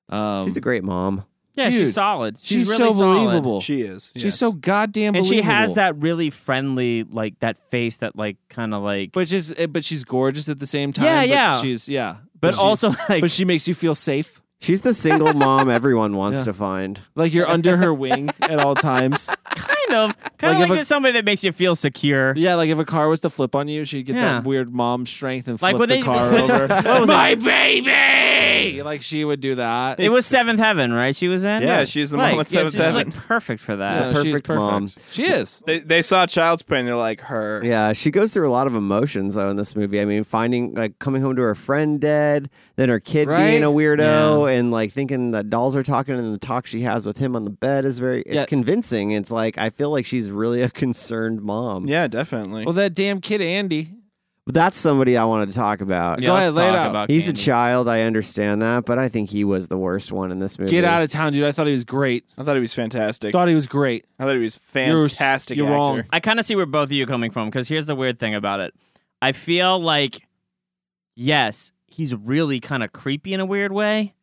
[SPEAKER 7] Um,
[SPEAKER 9] She's a great mom.
[SPEAKER 10] Yeah,
[SPEAKER 7] Dude,
[SPEAKER 10] she's solid. She's,
[SPEAKER 7] she's
[SPEAKER 10] really
[SPEAKER 7] so
[SPEAKER 10] solid.
[SPEAKER 7] believable.
[SPEAKER 8] She is.
[SPEAKER 7] She's
[SPEAKER 8] yes.
[SPEAKER 7] so goddamn
[SPEAKER 10] and she
[SPEAKER 7] believable.
[SPEAKER 10] has that really friendly, like that face, that like kind of like,
[SPEAKER 7] But she's eh, but she's gorgeous at the same time.
[SPEAKER 10] Yeah,
[SPEAKER 7] but
[SPEAKER 10] yeah.
[SPEAKER 7] She's yeah.
[SPEAKER 10] but
[SPEAKER 7] she-
[SPEAKER 10] also like,
[SPEAKER 7] but she makes you feel safe.
[SPEAKER 9] She's the single mom everyone wants
[SPEAKER 7] Yeah.
[SPEAKER 9] to find.
[SPEAKER 7] Like you're under her wing at all times.
[SPEAKER 10] kind of,
[SPEAKER 7] Like,
[SPEAKER 10] kind
[SPEAKER 7] if
[SPEAKER 10] of like,
[SPEAKER 7] a-
[SPEAKER 10] there's somebody that makes you feel secure.
[SPEAKER 7] Yeah, like if a car was to flip on you, she'd get
[SPEAKER 10] Yeah.
[SPEAKER 7] that weird mom strength and
[SPEAKER 10] Like
[SPEAKER 7] flip
[SPEAKER 10] when
[SPEAKER 7] the
[SPEAKER 10] they-
[SPEAKER 7] car
[SPEAKER 10] when-
[SPEAKER 7] over.
[SPEAKER 10] what was
[SPEAKER 7] My
[SPEAKER 10] it?
[SPEAKER 7] baby. Like she would do that.
[SPEAKER 10] It was Seventh Heaven, right? She was in.
[SPEAKER 8] Yeah, she's the mom
[SPEAKER 10] Like,
[SPEAKER 8] at
[SPEAKER 10] yeah,
[SPEAKER 8] Seventh
[SPEAKER 10] she's,
[SPEAKER 8] Heaven.
[SPEAKER 10] Like perfect for that.
[SPEAKER 7] Yeah, she's
[SPEAKER 9] perfect mom.
[SPEAKER 7] She is.
[SPEAKER 8] They, they saw Child's Play and they're like, her.
[SPEAKER 9] Yeah, she goes through a lot of emotions though in this movie. I mean, finding like coming home to her friend dead, then her kid
[SPEAKER 7] Right?
[SPEAKER 9] being a weirdo, and like thinking that dolls are talking, and the talk she has with him on the bed is very it's
[SPEAKER 7] Yeah.
[SPEAKER 9] convincing. It's like I feel like she's really a concerned mom.
[SPEAKER 8] Yeah, definitely.
[SPEAKER 7] Well, that damn kid Andy.
[SPEAKER 9] But that's somebody I wanted to talk about.
[SPEAKER 7] Yeah. Go ahead, lay it out.
[SPEAKER 9] He's a
[SPEAKER 10] child.
[SPEAKER 9] child, I understand that, but I think he was the worst one in this movie.
[SPEAKER 7] Get out of town, dude. I thought he was great.
[SPEAKER 8] I thought he was fantastic.
[SPEAKER 7] Thought he was great.
[SPEAKER 8] I thought he was
[SPEAKER 7] You're s-
[SPEAKER 8] fantastic.
[SPEAKER 7] you're
[SPEAKER 8] actor.
[SPEAKER 7] wrong.
[SPEAKER 10] I kind of see where both of you are coming from because here's the weird thing about it. I feel like, yes, he's really kind of creepy in a weird way,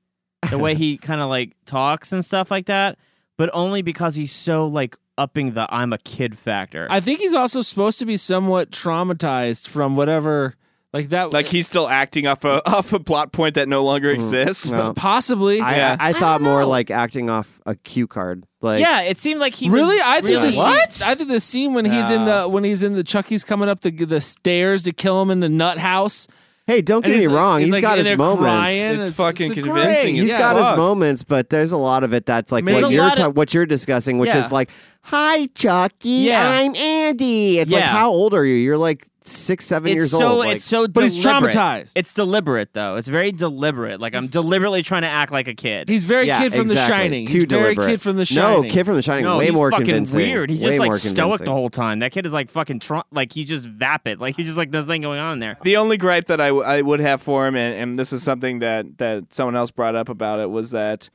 [SPEAKER 10] the way he kind of like talks and stuff like that, but only because he's so like upping the I'm a kid factor.
[SPEAKER 7] I think he's also supposed to be somewhat traumatized from whatever, like that.
[SPEAKER 8] Like he's still acting off a off a plot point that no longer
[SPEAKER 7] Mm.
[SPEAKER 8] exists.
[SPEAKER 9] no.
[SPEAKER 7] possibly.
[SPEAKER 9] I,
[SPEAKER 8] Yeah.
[SPEAKER 9] I, I thought more like acting off a cue card. Like
[SPEAKER 10] yeah, it seemed like he
[SPEAKER 7] really,
[SPEAKER 10] Was,
[SPEAKER 7] I think
[SPEAKER 10] really-
[SPEAKER 7] the scene, I think the scene when he's in the when he's in the Chucky's coming up the the stairs to kill him in the nut house.
[SPEAKER 9] hey, don't
[SPEAKER 7] and
[SPEAKER 9] get me
[SPEAKER 7] he's-
[SPEAKER 9] wrong,
[SPEAKER 7] he's
[SPEAKER 9] he's
[SPEAKER 7] like
[SPEAKER 9] got
[SPEAKER 7] in
[SPEAKER 9] his
[SPEAKER 7] there
[SPEAKER 9] moments.
[SPEAKER 7] crying.
[SPEAKER 8] It's fucking
[SPEAKER 7] great.
[SPEAKER 8] convincing.
[SPEAKER 9] He's
[SPEAKER 8] Yeah.
[SPEAKER 9] got
[SPEAKER 8] Fuck.
[SPEAKER 9] his moments, but there's a lot of it that's like
[SPEAKER 7] Man,
[SPEAKER 9] what
[SPEAKER 10] there's a
[SPEAKER 9] you're
[SPEAKER 10] lot
[SPEAKER 9] ta-
[SPEAKER 10] of-
[SPEAKER 9] what you're discussing, which
[SPEAKER 10] Yeah.
[SPEAKER 9] is like, "Hi, Chucky,
[SPEAKER 10] Yeah.
[SPEAKER 9] I'm Andy." It's like,
[SPEAKER 10] Yeah.
[SPEAKER 9] how old are you? You're like six, seven
[SPEAKER 10] It's
[SPEAKER 9] years
[SPEAKER 10] so
[SPEAKER 9] old. Like,
[SPEAKER 10] it's so
[SPEAKER 7] But he's
[SPEAKER 10] deliberate.
[SPEAKER 7] traumatized.
[SPEAKER 10] It's deliberate though. It's very deliberate. Like I'm deliberately trying to act like a kid.
[SPEAKER 7] He's very
[SPEAKER 9] yeah,
[SPEAKER 7] kid from The
[SPEAKER 9] exactly.
[SPEAKER 7] Shining.
[SPEAKER 9] Too
[SPEAKER 7] he's very
[SPEAKER 9] deliberate.
[SPEAKER 7] kid from The Shining.
[SPEAKER 9] No, kid from the shining.
[SPEAKER 10] no,
[SPEAKER 9] way
[SPEAKER 10] he's
[SPEAKER 9] more
[SPEAKER 10] fucking
[SPEAKER 9] convincing.
[SPEAKER 10] weird. He's
[SPEAKER 9] way
[SPEAKER 10] just like
[SPEAKER 9] more
[SPEAKER 10] stoic
[SPEAKER 9] convincing.
[SPEAKER 10] the whole time. That kid is like fucking tr- like he's just vapid. Like he's just like there's nothing going on there.
[SPEAKER 8] The only gripe that I, w- I would have for him, and, and this is something that, that someone else brought up about it, was that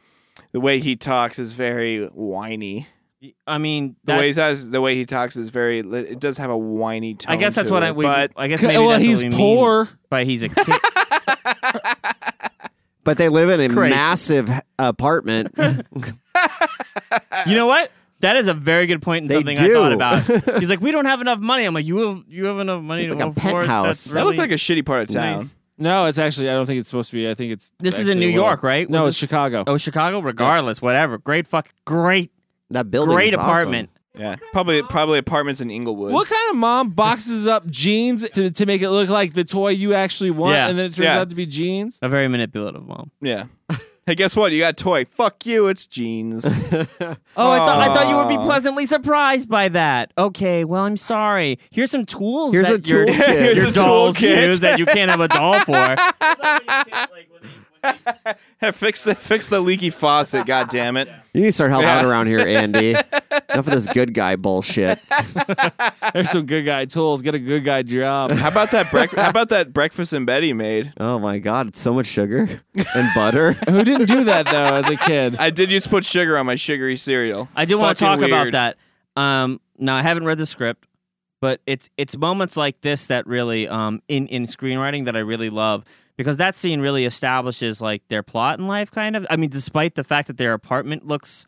[SPEAKER 8] the way he talks is very whiny.
[SPEAKER 10] I mean,
[SPEAKER 8] The
[SPEAKER 10] that-
[SPEAKER 8] way he talks, the way he talks is very. li- It does have a whiny tone.
[SPEAKER 10] I guess that's
[SPEAKER 8] to
[SPEAKER 10] what
[SPEAKER 8] it,
[SPEAKER 10] I we,
[SPEAKER 8] But
[SPEAKER 10] I guess
[SPEAKER 7] C-
[SPEAKER 10] maybe
[SPEAKER 7] well,
[SPEAKER 10] that's what
[SPEAKER 7] he's
[SPEAKER 10] we mean
[SPEAKER 7] poor.
[SPEAKER 10] by he's a kid.
[SPEAKER 9] But they live in a
[SPEAKER 10] Crazy.
[SPEAKER 9] massive apartment.
[SPEAKER 10] you know what? That is a very good point and
[SPEAKER 9] They
[SPEAKER 10] something I
[SPEAKER 9] do.
[SPEAKER 10] thought about. He's like, we don't have enough money. I'm like, you have you have enough money
[SPEAKER 9] It's
[SPEAKER 10] to
[SPEAKER 9] like a
[SPEAKER 10] afford
[SPEAKER 9] penthouse.
[SPEAKER 10] That's
[SPEAKER 8] that
[SPEAKER 10] really...
[SPEAKER 8] looked like a shitty part of town.
[SPEAKER 10] nice.
[SPEAKER 7] No, it's actually. I don't think it's supposed to be. I think it's.
[SPEAKER 10] This is in
[SPEAKER 7] actually
[SPEAKER 10] New
[SPEAKER 7] a little-
[SPEAKER 10] York, right?
[SPEAKER 7] No,
[SPEAKER 10] Was
[SPEAKER 7] it's
[SPEAKER 10] this-
[SPEAKER 7] Chicago.
[SPEAKER 10] Oh, Chicago. Regardless, whatever. Great fuck. Great.
[SPEAKER 9] that building.
[SPEAKER 10] great
[SPEAKER 9] is awesome.
[SPEAKER 10] apartment.
[SPEAKER 8] Yeah, probably probably apartments in Inglewood.
[SPEAKER 7] What kind of mom boxes up jeans to, to make it look like the toy you actually want,
[SPEAKER 10] Yeah.
[SPEAKER 7] and then it turns
[SPEAKER 8] Yeah.
[SPEAKER 7] out to be jeans?
[SPEAKER 10] A very manipulative mom.
[SPEAKER 8] Yeah. hey, guess what? You got a toy. Fuck you. It's jeans.
[SPEAKER 10] Oh, I thought I thought you would be pleasantly surprised by that. Okay, well, I'm sorry. Here's some tools.
[SPEAKER 9] Here's
[SPEAKER 10] that
[SPEAKER 9] a
[SPEAKER 10] your,
[SPEAKER 9] toolkit.
[SPEAKER 10] your
[SPEAKER 8] Here's a
[SPEAKER 10] dolls
[SPEAKER 8] toolkit.
[SPEAKER 10] use that you can't have a doll for.
[SPEAKER 8] fix the fix the leaky faucet. God damn it!
[SPEAKER 9] You need to start helping out around here, Andy. Enough of this good guy bullshit.
[SPEAKER 7] There's some good guy tools. Get a good guy job.
[SPEAKER 8] How about that breakfast? How about that breakfast in bed he made?
[SPEAKER 9] Oh my god, it's so much sugar and butter.
[SPEAKER 7] Who didn't do that though as a kid?
[SPEAKER 8] I did just put sugar on my sugary cereal.
[SPEAKER 10] I do want to talk
[SPEAKER 8] Fucking
[SPEAKER 10] about
[SPEAKER 8] weird.
[SPEAKER 10] that. Um, now I haven't read the script, but it's it's moments like this that really um in in screenwriting that I really love because that scene really establishes like their plot in life kind of. I mean, despite the fact that their apartment looks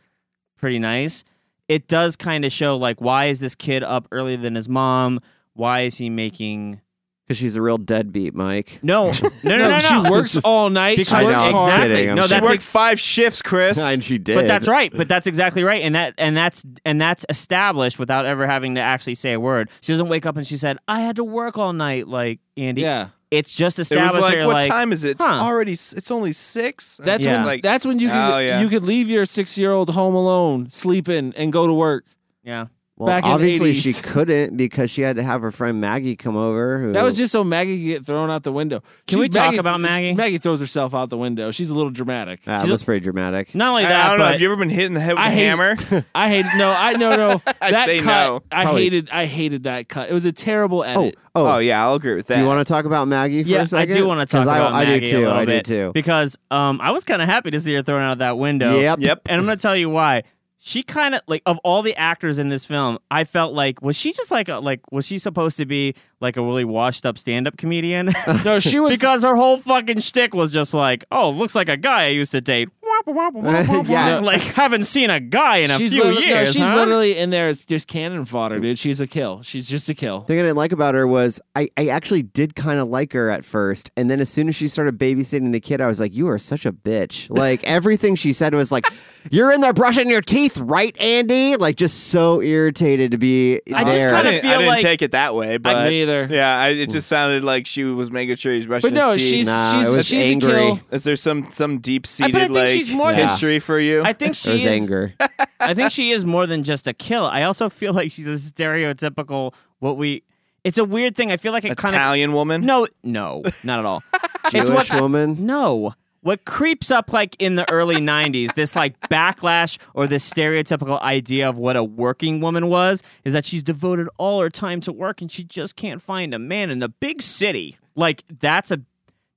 [SPEAKER 10] pretty nice, it does kind of show like why is this kid up earlier than his mom? Why is he making
[SPEAKER 9] Because she's a real deadbeat, Mike.
[SPEAKER 10] no, no, no, no, no.
[SPEAKER 7] she works all night. She
[SPEAKER 9] I know,
[SPEAKER 7] works
[SPEAKER 9] I'm
[SPEAKER 7] hard.
[SPEAKER 9] kidding. I'm
[SPEAKER 10] No,
[SPEAKER 9] sure.
[SPEAKER 10] that's
[SPEAKER 8] She worked
[SPEAKER 10] ex-
[SPEAKER 8] five shifts, Chris.
[SPEAKER 9] And she did.
[SPEAKER 10] But that's right. But that's exactly right. And that and that's and that's established without ever having to actually say a word. She doesn't wake up and she said, "I had to work all night." Like Andy,
[SPEAKER 7] Yeah.
[SPEAKER 10] it's just
[SPEAKER 8] It was
[SPEAKER 10] established.
[SPEAKER 8] like,
[SPEAKER 10] that
[SPEAKER 8] what
[SPEAKER 10] you're like,
[SPEAKER 8] time is it? It's
[SPEAKER 10] huh.
[SPEAKER 8] already. s- It's only six. And
[SPEAKER 7] That's
[SPEAKER 8] it's
[SPEAKER 7] when
[SPEAKER 8] Like,
[SPEAKER 7] that's when you could
[SPEAKER 8] Oh, yeah.
[SPEAKER 7] you could leave your six year old home alone, sleeping, and go to work.
[SPEAKER 10] Yeah,
[SPEAKER 9] well,
[SPEAKER 7] back in the
[SPEAKER 9] obviously she
[SPEAKER 7] 80s.
[SPEAKER 9] couldn't because she had to have her friend Maggie come over. Who,
[SPEAKER 7] That was just so Maggie could get thrown out the window.
[SPEAKER 10] Can we talk about Maggie?
[SPEAKER 7] Maggie throws herself out the window. She's a little dramatic.
[SPEAKER 9] Ah, that was pretty dramatic.
[SPEAKER 10] not only
[SPEAKER 8] I,
[SPEAKER 10] that,
[SPEAKER 8] I don't know.
[SPEAKER 10] but
[SPEAKER 8] Have you ever been hit in the head with
[SPEAKER 7] I
[SPEAKER 8] a
[SPEAKER 7] hate-
[SPEAKER 8] hammer?
[SPEAKER 9] Oh.
[SPEAKER 7] I hate no, I no no.
[SPEAKER 8] I'd
[SPEAKER 7] That
[SPEAKER 8] say
[SPEAKER 7] cut,
[SPEAKER 8] no.
[SPEAKER 7] I
[SPEAKER 9] Probably.
[SPEAKER 7] hated I hated that cut. It was a terrible
[SPEAKER 9] Oh,
[SPEAKER 7] edit.
[SPEAKER 9] oh,
[SPEAKER 8] oh yeah, I'll agree with that.
[SPEAKER 9] Do you want to talk about Maggie for
[SPEAKER 10] yeah,
[SPEAKER 9] a second?
[SPEAKER 10] I do want to
[SPEAKER 9] 'Cause
[SPEAKER 10] talk about
[SPEAKER 9] I, I
[SPEAKER 10] Maggie
[SPEAKER 9] do too.
[SPEAKER 10] a little
[SPEAKER 9] I do
[SPEAKER 10] bit,
[SPEAKER 9] too.
[SPEAKER 10] because um, I was kind of happy to see her thrown out that window.
[SPEAKER 9] Yep.
[SPEAKER 8] Yep.
[SPEAKER 10] and I'm gonna tell you why. She kind of like of all the actors in this film, I felt like was she just like a, like was she supposed to be like a really washed up stand up comedian?
[SPEAKER 7] No, she was
[SPEAKER 10] because her whole fucking shtick was just like, oh, looks like a guy I used to date.
[SPEAKER 9] Yeah.
[SPEAKER 10] like haven't seen a guy in a
[SPEAKER 7] she's
[SPEAKER 10] few
[SPEAKER 7] literally, no,
[SPEAKER 10] years.
[SPEAKER 7] she's
[SPEAKER 10] huh?
[SPEAKER 7] literally in there as just cannon fodder, dude. She's a kill. She's just a kill.
[SPEAKER 9] thing I didn't like about her was I, I actually did kind of like her at first. And then as soon as she started babysitting the kid, I was like, you are such a bitch. Like everything she said was like, you're in there brushing your teeth, right, Andy? Like just so irritated to be
[SPEAKER 10] I just
[SPEAKER 9] there.
[SPEAKER 10] kinda
[SPEAKER 8] I didn't, I
[SPEAKER 10] feel
[SPEAKER 8] didn't
[SPEAKER 10] like-
[SPEAKER 8] take it that way, but
[SPEAKER 7] me either.
[SPEAKER 8] Yeah, I, it just sounded like she was making sure he's brushing
[SPEAKER 7] But no,
[SPEAKER 8] his teeth.
[SPEAKER 7] she's
[SPEAKER 9] Nah,
[SPEAKER 7] she's
[SPEAKER 9] it was
[SPEAKER 7] she's
[SPEAKER 9] angry.
[SPEAKER 7] a kill.
[SPEAKER 8] Is there some some deep
[SPEAKER 10] I- but I
[SPEAKER 8] seated
[SPEAKER 10] think
[SPEAKER 8] like
[SPEAKER 10] she's more
[SPEAKER 9] than-
[SPEAKER 8] history for you?
[SPEAKER 10] I think
[SPEAKER 9] There's
[SPEAKER 10] she is.
[SPEAKER 9] anger.
[SPEAKER 10] I think she is more than just a kill. I also feel like she's a stereotypical what we. It's a weird thing. I feel like it kind of
[SPEAKER 8] Italian woman.
[SPEAKER 10] no no not at all.
[SPEAKER 9] Jewish
[SPEAKER 10] what-
[SPEAKER 9] woman.
[SPEAKER 10] No. What creeps up like in the early 90s, this like backlash or this stereotypical idea of what a working woman was, is that she's devoted all her time to work and she just can't find a man in the big city. Like that's a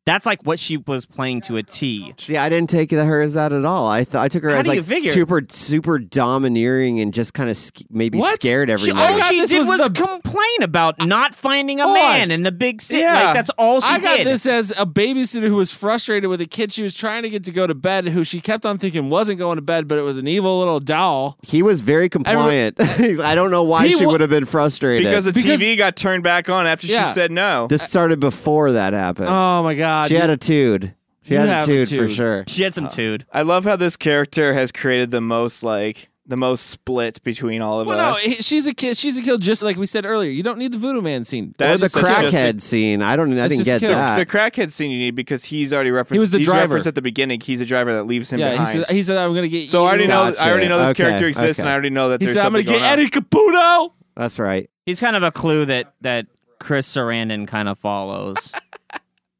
[SPEAKER 10] that's like what she was playing to a T.
[SPEAKER 9] See, I didn't take her as that at all. I thought I took her
[SPEAKER 10] How
[SPEAKER 9] as
[SPEAKER 10] do you
[SPEAKER 9] like
[SPEAKER 10] figure?
[SPEAKER 9] super, super domineering and just kind of sk- maybe
[SPEAKER 7] What?
[SPEAKER 9] scared every
[SPEAKER 10] She,
[SPEAKER 9] night.
[SPEAKER 10] all
[SPEAKER 7] I got
[SPEAKER 10] she
[SPEAKER 7] this
[SPEAKER 10] did
[SPEAKER 7] was
[SPEAKER 10] was,
[SPEAKER 7] the-
[SPEAKER 10] complain about not finding a
[SPEAKER 7] Hold on.
[SPEAKER 10] man in the big city.
[SPEAKER 8] Yeah.
[SPEAKER 10] Like that's all she
[SPEAKER 7] I got
[SPEAKER 10] did.
[SPEAKER 7] this as a babysitter who was frustrated with a kid she was trying to get to go to bed, who she kept on thinking wasn't going to bed, but it was an evil little doll.
[SPEAKER 9] he was very compliant. I don't know why
[SPEAKER 7] He
[SPEAKER 9] she
[SPEAKER 7] wa-
[SPEAKER 9] would have been frustrated.
[SPEAKER 8] because the
[SPEAKER 7] Because-
[SPEAKER 8] TV got turned back on after
[SPEAKER 7] Yeah.
[SPEAKER 8] she said no.
[SPEAKER 9] this started before that happened.
[SPEAKER 10] Uh,
[SPEAKER 7] Oh my god,
[SPEAKER 9] She had attitude. She
[SPEAKER 7] You
[SPEAKER 9] had
[SPEAKER 7] have
[SPEAKER 9] attitude for
[SPEAKER 7] attitude.
[SPEAKER 9] sure.
[SPEAKER 10] she had
[SPEAKER 7] Uh,
[SPEAKER 10] some tude.
[SPEAKER 8] I love how this character has created the most like the most split between all of
[SPEAKER 7] Well, no,
[SPEAKER 8] us.
[SPEAKER 7] he- she's a kid. She's a kill, just like we said earlier. You don't need the voodoo man scene.
[SPEAKER 8] That's
[SPEAKER 9] or the
[SPEAKER 8] just- that's just-
[SPEAKER 9] crackhead scene. I don't. I
[SPEAKER 7] That's
[SPEAKER 9] didn't
[SPEAKER 7] just
[SPEAKER 9] get
[SPEAKER 7] killed.
[SPEAKER 9] that.
[SPEAKER 8] the crackhead scene you need because he's already referenced.
[SPEAKER 7] He was the
[SPEAKER 8] he's
[SPEAKER 7] driver.
[SPEAKER 8] referenced at the beginning. He's a driver that leaves him
[SPEAKER 7] yeah, he
[SPEAKER 8] behind.
[SPEAKER 7] said, he said, I'm gonna get.
[SPEAKER 8] so
[SPEAKER 7] you.
[SPEAKER 8] I already know.
[SPEAKER 9] Gotcha.
[SPEAKER 8] I already know this
[SPEAKER 9] Okay,
[SPEAKER 8] character exists, and
[SPEAKER 9] okay.
[SPEAKER 8] I already know that
[SPEAKER 7] He
[SPEAKER 8] there's
[SPEAKER 7] said, I'm gonna
[SPEAKER 8] something
[SPEAKER 7] get
[SPEAKER 8] going on.
[SPEAKER 7] Eddie Caputo.
[SPEAKER 9] That's right.
[SPEAKER 10] He's kind of a clue that that Chris Sarandon kind of follows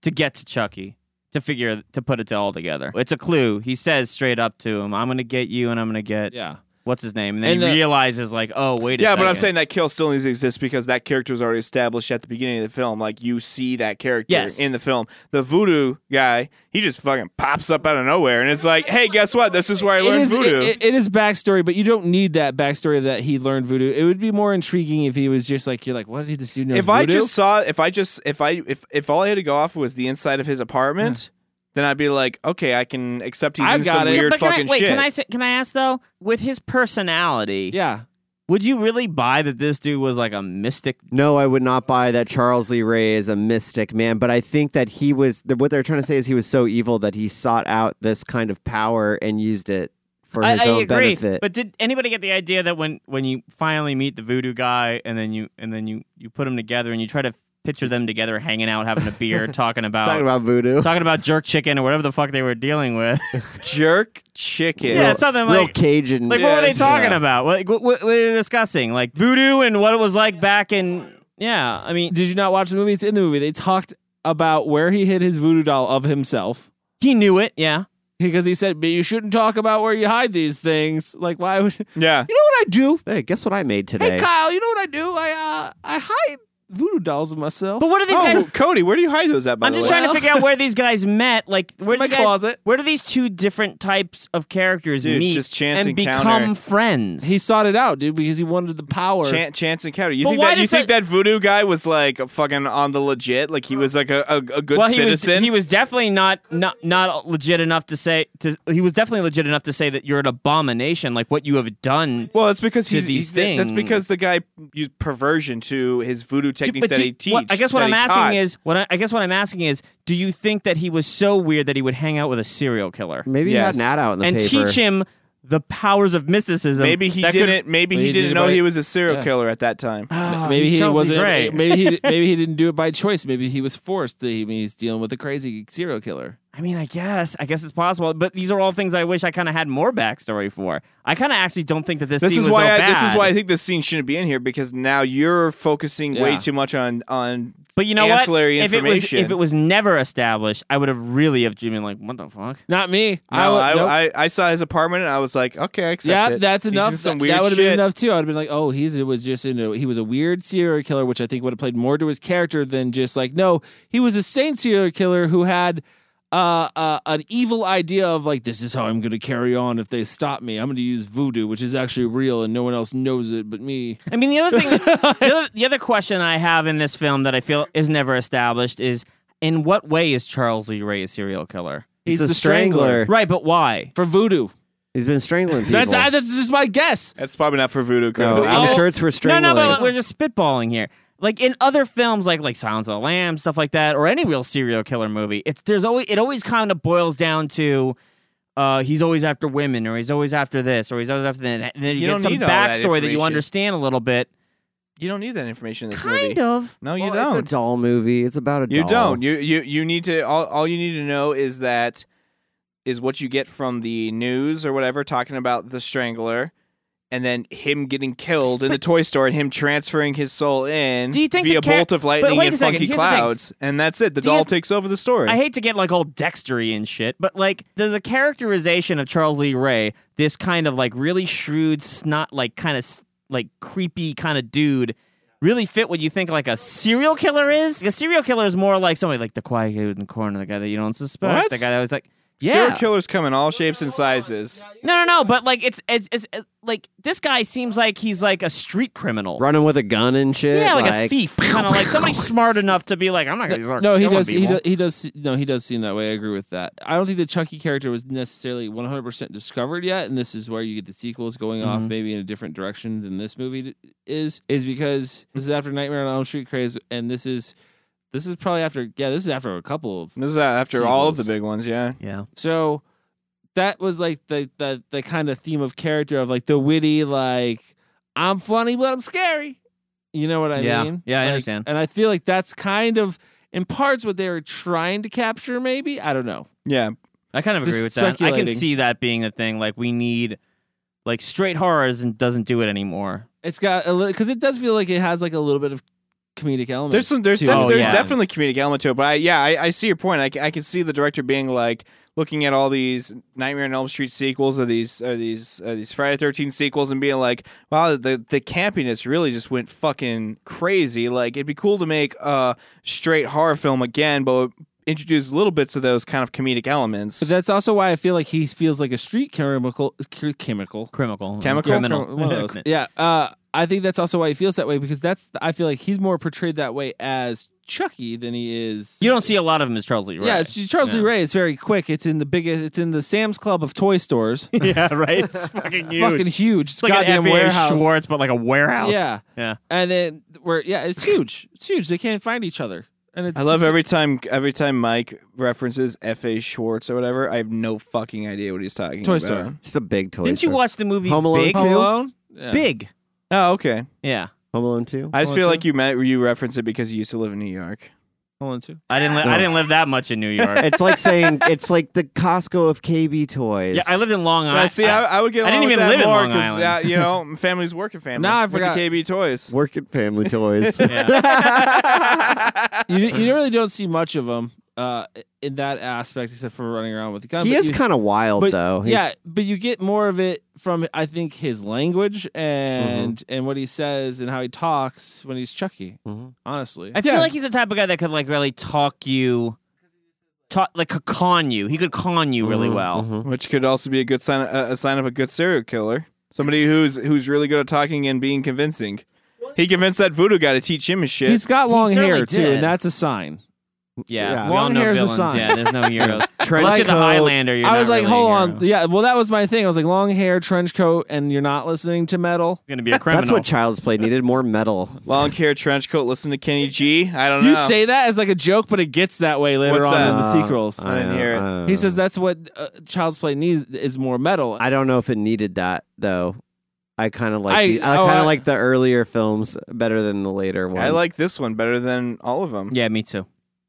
[SPEAKER 10] to get to Chucky to figure to put it all together. It's a clue. He says straight up to him, "I'm gonna get you, and I'm gonna get
[SPEAKER 7] Yeah.
[SPEAKER 10] what's his name," and then
[SPEAKER 7] And
[SPEAKER 10] he
[SPEAKER 7] the-
[SPEAKER 10] realizes like, "Oh, wait." A
[SPEAKER 8] Yeah, but I'm
[SPEAKER 10] second.
[SPEAKER 8] saying that kill still needs to exist because that character was already established at the beginning of the film. Like you see that character
[SPEAKER 10] Yes.
[SPEAKER 8] in the film. The voodoo guy, he just fucking pops up out of nowhere, and it's like, hey, guess what? This is where I
[SPEAKER 7] It
[SPEAKER 8] learned
[SPEAKER 7] is, it,
[SPEAKER 8] voodoo.
[SPEAKER 7] it- it is backstory, but you don't need that backstory that he learned voodoo. It would be more intriguing if he was just like, you're like, what did this dude know?
[SPEAKER 8] if I just saw, if I just, if I, if if all I had to go off was the inside of his apartment, then I'd be like, okay, I can accept he's
[SPEAKER 7] I've
[SPEAKER 8] in
[SPEAKER 7] got
[SPEAKER 8] some
[SPEAKER 7] it.
[SPEAKER 8] weird
[SPEAKER 10] but can
[SPEAKER 8] fucking
[SPEAKER 10] I, wait,
[SPEAKER 8] shit.
[SPEAKER 10] can I say, can I ask though? With his personality,
[SPEAKER 7] yeah,
[SPEAKER 10] would you really buy that this dude was like a mystic?
[SPEAKER 9] No, I would not buy that Charles Lee Ray is a mystic man, but I think that he was. that What they're trying to say is he was so evil that he sought out this kind of power and used it for
[SPEAKER 10] I,
[SPEAKER 9] his
[SPEAKER 10] I
[SPEAKER 9] own
[SPEAKER 10] agree.
[SPEAKER 9] benefit.
[SPEAKER 10] But did anybody get the idea that when when you finally meet the voodoo guy and then you and then you you put them together and you try to picture them together hanging out having a beer talking about
[SPEAKER 9] Talking about voodoo,
[SPEAKER 10] talking about jerk chicken or whatever the fuck they were dealing with.
[SPEAKER 8] Jerk chicken.
[SPEAKER 10] yeah, something
[SPEAKER 9] real
[SPEAKER 10] like
[SPEAKER 9] Cajun.
[SPEAKER 10] like what were they
[SPEAKER 8] Yes.
[SPEAKER 10] talking
[SPEAKER 8] Yeah.
[SPEAKER 10] about? Like what, what, what were they discussing? Like voodoo and what it was like back in yeah. I mean,
[SPEAKER 7] did you not watch the movie? It's in the movie. They talked about where he hid his voodoo doll of himself.
[SPEAKER 10] He knew it, yeah.
[SPEAKER 7] Because he said, but you shouldn't talk about where you hide these things. Like, why would.
[SPEAKER 8] Yeah.
[SPEAKER 7] You know what I do?
[SPEAKER 9] Hey, guess what I made today?
[SPEAKER 7] Hey, Kyle, you know what I do? I, uh, I hide voodoo dolls of myself.
[SPEAKER 10] But what are these
[SPEAKER 8] oh,
[SPEAKER 10] guys?
[SPEAKER 8] Cody, where do you hide those at?
[SPEAKER 9] Oh,
[SPEAKER 8] By
[SPEAKER 10] I'm
[SPEAKER 8] the
[SPEAKER 10] just
[SPEAKER 8] way?
[SPEAKER 10] trying to figure out where these guys met. Like, where do
[SPEAKER 7] my
[SPEAKER 10] you guys,
[SPEAKER 7] closet.
[SPEAKER 10] Where do these two different types of characters
[SPEAKER 8] Dude,
[SPEAKER 10] meet
[SPEAKER 8] just chance
[SPEAKER 10] and
[SPEAKER 8] encounter.
[SPEAKER 10] become friends?
[SPEAKER 7] He sought it out, dude, because he wanted the power.
[SPEAKER 8] Chan- chance encounter. You
[SPEAKER 10] But
[SPEAKER 8] think
[SPEAKER 10] why
[SPEAKER 8] that you
[SPEAKER 10] does
[SPEAKER 8] think
[SPEAKER 10] that-
[SPEAKER 8] that voodoo guy was like fucking on the legit? Like he was like a, a, a good
[SPEAKER 10] well, he was,
[SPEAKER 8] citizen.
[SPEAKER 10] he was definitely not, not not legit enough to say. To, he was definitely legit enough to say that you're an abomination, like what you have done.
[SPEAKER 8] well, it's because
[SPEAKER 10] to
[SPEAKER 8] he's,
[SPEAKER 10] these
[SPEAKER 8] he's that- that's
[SPEAKER 10] things.
[SPEAKER 8] because the guy used perversion to his voodoo techniques
[SPEAKER 10] But
[SPEAKER 8] that
[SPEAKER 10] do-
[SPEAKER 8] he teach.
[SPEAKER 10] what- I guess what
[SPEAKER 8] that
[SPEAKER 10] I'm
[SPEAKER 8] he
[SPEAKER 10] asking
[SPEAKER 8] taught.
[SPEAKER 10] is, what I, I guess what I'm asking is, do you think that he was so weird that he would hang out with a serial killer
[SPEAKER 9] Maybe you had
[SPEAKER 8] Yes.
[SPEAKER 9] an ad out in the
[SPEAKER 10] and
[SPEAKER 9] paper.
[SPEAKER 10] teach him the powers of mysticism?
[SPEAKER 8] maybe he
[SPEAKER 10] that could-
[SPEAKER 8] didn't. Maybe
[SPEAKER 7] Well,
[SPEAKER 8] he
[SPEAKER 7] he
[SPEAKER 8] didn't
[SPEAKER 7] did
[SPEAKER 8] know
[SPEAKER 7] about-
[SPEAKER 8] he was a serial
[SPEAKER 7] yeah.
[SPEAKER 8] killer at that time.
[SPEAKER 10] Ah,
[SPEAKER 7] maybe
[SPEAKER 10] he's
[SPEAKER 7] he
[SPEAKER 10] Chelsea
[SPEAKER 7] wasn't.
[SPEAKER 10] Gray.
[SPEAKER 7] Maybe he. Maybe he didn't do it by choice. Maybe he was forced. I mean, he's dealing with a crazy serial killer.
[SPEAKER 10] I mean, I guess, I guess it's possible. But these are all things I wish I kind of had more backstory for. I kind of actually don't think that this.
[SPEAKER 8] This
[SPEAKER 10] scene
[SPEAKER 8] is
[SPEAKER 10] was
[SPEAKER 8] why.
[SPEAKER 10] so
[SPEAKER 8] I, this is
[SPEAKER 10] bad.
[SPEAKER 8] why I think this scene shouldn't be in here because now you're focusing way
[SPEAKER 7] Yeah.
[SPEAKER 8] too much on on.
[SPEAKER 10] But you know
[SPEAKER 8] ancillary
[SPEAKER 10] what? If it was
[SPEAKER 8] information.
[SPEAKER 10] if it was never established, I would have really have been like, what the fuck?
[SPEAKER 7] Not me.
[SPEAKER 8] No, I,
[SPEAKER 7] would- nope.
[SPEAKER 8] I, I saw his apartment and I was like, okay, I accept
[SPEAKER 7] yeah,
[SPEAKER 8] it.
[SPEAKER 7] that's
[SPEAKER 8] He's
[SPEAKER 7] enough.
[SPEAKER 8] in some
[SPEAKER 7] That-
[SPEAKER 8] weird
[SPEAKER 7] that would have
[SPEAKER 8] shit.
[SPEAKER 7] been enough too. I'd have been like, oh, he's it was just into he was a weird serial killer, which I think would have played more to his character than just like no, he was a sane serial killer who had uh, uh an evil idea of like this is how I'm going to carry on if they stop me. I'm going to use voodoo, which is actually real and no one else knows it but me.
[SPEAKER 10] I mean, the other thing, the, other, the other question I have in this film that I feel is never established is, in what way is Charles Lee Ray a serial killer?
[SPEAKER 9] He's
[SPEAKER 7] the
[SPEAKER 9] a strangler.
[SPEAKER 10] Right, but why?
[SPEAKER 7] for voodoo.
[SPEAKER 9] He's been strangling people.
[SPEAKER 7] That's I, that's just my guess.
[SPEAKER 8] That's probably not for voodoo.
[SPEAKER 9] no,
[SPEAKER 8] Cody.
[SPEAKER 9] I'm
[SPEAKER 7] Oh.
[SPEAKER 9] sure it's for strangling.
[SPEAKER 10] No, no, but we're just spitballing here. Like in other films, like like Silence of the Lambs, stuff like that, or any real serial killer movie, it's there's always it always kind of boils down to. Uh, he's always after women, or he's always after this, or he's always after that. And then you,
[SPEAKER 8] You
[SPEAKER 10] get
[SPEAKER 8] don't
[SPEAKER 10] some
[SPEAKER 8] need all that
[SPEAKER 10] backstory that, you
[SPEAKER 8] information.
[SPEAKER 10] understand a little bit.
[SPEAKER 8] You don't need that information in this movie.
[SPEAKER 10] Kind of.
[SPEAKER 8] No, you
[SPEAKER 9] Well,
[SPEAKER 8] don't.
[SPEAKER 9] It's a doll movie. It's about a doll.
[SPEAKER 8] You don't. You you you need to all all you need to know is that is what you get from the news or whatever talking about the strangler and then him getting killed in the toy store and him transferring his soul in
[SPEAKER 10] Do you think
[SPEAKER 8] via
[SPEAKER 10] the char-
[SPEAKER 8] bolt of
[SPEAKER 10] but
[SPEAKER 8] lightning
[SPEAKER 10] wait
[SPEAKER 8] and
[SPEAKER 10] a second,
[SPEAKER 8] funky
[SPEAKER 10] here's the thing.
[SPEAKER 8] clouds and that's it the
[SPEAKER 10] you-
[SPEAKER 8] doll takes over the story
[SPEAKER 10] I hate to get like all Dextery and shit, but like the, the characterization of Charles Lee Ray, this kind of like really shrewd, snot, like kind of like creepy kind of dude, really fit what you think like a serial killer is. A serial killer is more like somebody like the quiet dude in the corner, the guy that you don't suspect,
[SPEAKER 8] What?
[SPEAKER 10] the guy that was like, yeah,
[SPEAKER 8] serial killers come in all shapes and sizes
[SPEAKER 10] no, no, no, but like it's it's, it's uh, like this guy seems like he's like a street criminal.
[SPEAKER 9] running with a gun and shit.
[SPEAKER 10] Yeah, like, a thief, kind of like somebody smart enough to be like, I'm not gonna start
[SPEAKER 7] No, he
[SPEAKER 10] killing
[SPEAKER 7] does, he
[SPEAKER 10] people.
[SPEAKER 7] does. He does. No, he does seem that way. I agree with that. I don't think the Chucky character was necessarily 100 percent discovered yet, and this is where you get the sequels going off maybe in a different direction than this movie d- is. Is because this is after Nightmare on Elm Street craze, and this is this is probably after. Yeah, this is after a couple of.
[SPEAKER 8] this is after all of the
[SPEAKER 7] Sequels.
[SPEAKER 8] big ones yeah
[SPEAKER 10] Yeah.
[SPEAKER 7] So that was like the the the kind of theme of character of like the witty like I'm funny but I'm scary. You know what I
[SPEAKER 10] Yeah.
[SPEAKER 7] mean?
[SPEAKER 10] Yeah, I
[SPEAKER 7] Like,
[SPEAKER 10] understand.
[SPEAKER 7] And I feel like that's kind of in parts what they were trying to capture. Maybe I don't know.
[SPEAKER 8] yeah
[SPEAKER 10] I kind of
[SPEAKER 7] Just
[SPEAKER 10] agree with that. I can
[SPEAKER 7] speculating.
[SPEAKER 10] see that being a thing. Like we need, like straight horror isn't, doesn't do it anymore.
[SPEAKER 7] It's got a little because it does feel like it has like a little bit of comedic element.
[SPEAKER 8] There's some, there's,
[SPEAKER 7] to
[SPEAKER 8] def-
[SPEAKER 7] it.
[SPEAKER 8] there's
[SPEAKER 10] yeah.
[SPEAKER 8] definitely comedic element to it, but I, yeah, I, I see your point. I, c- I can see the director being like looking at all these Nightmare on Elm Street sequels or these or these or these Friday Thirteen sequels and being like, wow, the the campiness really just went fucking crazy. Like it'd be cool to make a straight horror film again, but introduce little bits of those kind of comedic elements.
[SPEAKER 7] But that's also why I feel like he feels like a street chemical chemical
[SPEAKER 10] Criminal.
[SPEAKER 8] Chemical?
[SPEAKER 10] Criminal.
[SPEAKER 7] One of those. yeah. Uh, I think that's also why he feels that way because that's I feel like he's more portrayed that way as Chucky than he is.
[SPEAKER 10] You don't see a lot of them as Charles Lee Ray.
[SPEAKER 7] Yeah, it's- Charles Lee Ray is very quick. It's in the biggest. It's in the Sam's Club of toy stores. It's
[SPEAKER 10] yeah, right. It's fucking huge.
[SPEAKER 7] fucking huge. It's
[SPEAKER 10] it's like
[SPEAKER 7] goddamn
[SPEAKER 10] an FAA
[SPEAKER 7] warehouse.
[SPEAKER 10] Schwartz, but like a warehouse.
[SPEAKER 7] Yeah,
[SPEAKER 10] yeah.
[SPEAKER 7] and then we're yeah, it's huge. It's huge. They can't find each other. And it's,
[SPEAKER 8] I love every time every time Mike references F. A. Schwartz or whatever. I have no fucking idea what he's talking
[SPEAKER 7] Toy
[SPEAKER 8] about.
[SPEAKER 7] Story.
[SPEAKER 9] Just a big toy.
[SPEAKER 10] Didn't you
[SPEAKER 9] store.
[SPEAKER 10] watch the movie
[SPEAKER 9] Home Alone
[SPEAKER 10] Big?
[SPEAKER 9] two?
[SPEAKER 7] Home Alone. Yeah.
[SPEAKER 10] Big.
[SPEAKER 8] Oh, okay.
[SPEAKER 10] Yeah.
[SPEAKER 9] Home Alone Two?
[SPEAKER 8] I just
[SPEAKER 7] Oh,
[SPEAKER 8] feel
[SPEAKER 7] it's
[SPEAKER 8] like you meant you reference it because you used to live in New York.
[SPEAKER 7] Home Alone two.
[SPEAKER 10] I didn't. Li- I didn't live that much in New York.
[SPEAKER 9] It's like saying it's like the Costco of KB toys.
[SPEAKER 10] yeah, I lived in Long
[SPEAKER 8] I
[SPEAKER 10] Island.
[SPEAKER 8] see. I, I would get.
[SPEAKER 10] I didn't
[SPEAKER 8] along
[SPEAKER 10] even
[SPEAKER 8] with that
[SPEAKER 10] live in
[SPEAKER 8] more
[SPEAKER 10] Long
[SPEAKER 8] 'cause,
[SPEAKER 10] Island.
[SPEAKER 8] uh, you know, family's working family.
[SPEAKER 7] Nah, I
[SPEAKER 8] With the
[SPEAKER 7] forgot.
[SPEAKER 8] KB Toys.
[SPEAKER 9] Work at Family Toys.
[SPEAKER 10] Yeah.
[SPEAKER 7] You you really don't see much of them. uh, in that aspect, except for running around with the gun.
[SPEAKER 9] He
[SPEAKER 7] But
[SPEAKER 9] is
[SPEAKER 7] you-
[SPEAKER 9] kinda wild,
[SPEAKER 7] but-
[SPEAKER 9] though. He's-
[SPEAKER 7] yeah, but you get more of it from I think his language and and what he says and how he talks when he's Chucky. Honestly,
[SPEAKER 10] I feel like he's the type of guy that could like really talk you, talk like could con you. He could con you really
[SPEAKER 7] Mm-hmm.
[SPEAKER 10] well.
[SPEAKER 8] which could also be a good sign a, a sign of a good serial killer. Somebody who's who's really good at talking and being convincing. He convinced that voodoo guy to teach him his shit.
[SPEAKER 7] he's got long hair too, and that's a sign.
[SPEAKER 10] Yeah,
[SPEAKER 8] Yeah.
[SPEAKER 10] we all
[SPEAKER 7] Long
[SPEAKER 10] know
[SPEAKER 7] hair is a
[SPEAKER 10] villains.
[SPEAKER 7] sign.
[SPEAKER 10] Yeah, there's no heroes.
[SPEAKER 7] Trench
[SPEAKER 10] Unless you're the
[SPEAKER 7] coat.
[SPEAKER 10] Highlander. You're
[SPEAKER 7] uh, I was
[SPEAKER 10] not
[SPEAKER 7] like,
[SPEAKER 10] really a
[SPEAKER 7] hold
[SPEAKER 10] hero.
[SPEAKER 7] on, yeah. Well, that was my thing. I was like, long hair, trench coat, and you're not listening to metal.
[SPEAKER 10] Going to be
[SPEAKER 9] That's what Child's Play needed more metal.
[SPEAKER 8] Long hair, trench coat. Listen to Kenny G. I don't know.
[SPEAKER 7] You say that as like a joke, but it gets that way later
[SPEAKER 8] Oh, What's
[SPEAKER 7] on
[SPEAKER 8] that?
[SPEAKER 7] in the
[SPEAKER 8] Uh,
[SPEAKER 7] sequels.
[SPEAKER 8] I didn't hear it. uh,
[SPEAKER 7] he says that's what uh, Child's Play needs is more metal.
[SPEAKER 9] I don't know if it needed that though. I kind of like
[SPEAKER 7] I-
[SPEAKER 9] the- I,
[SPEAKER 7] oh,
[SPEAKER 9] kind of
[SPEAKER 7] I-
[SPEAKER 9] like the earlier films better than the later ones.
[SPEAKER 8] I like this one better than all of them.
[SPEAKER 10] Yeah, me too.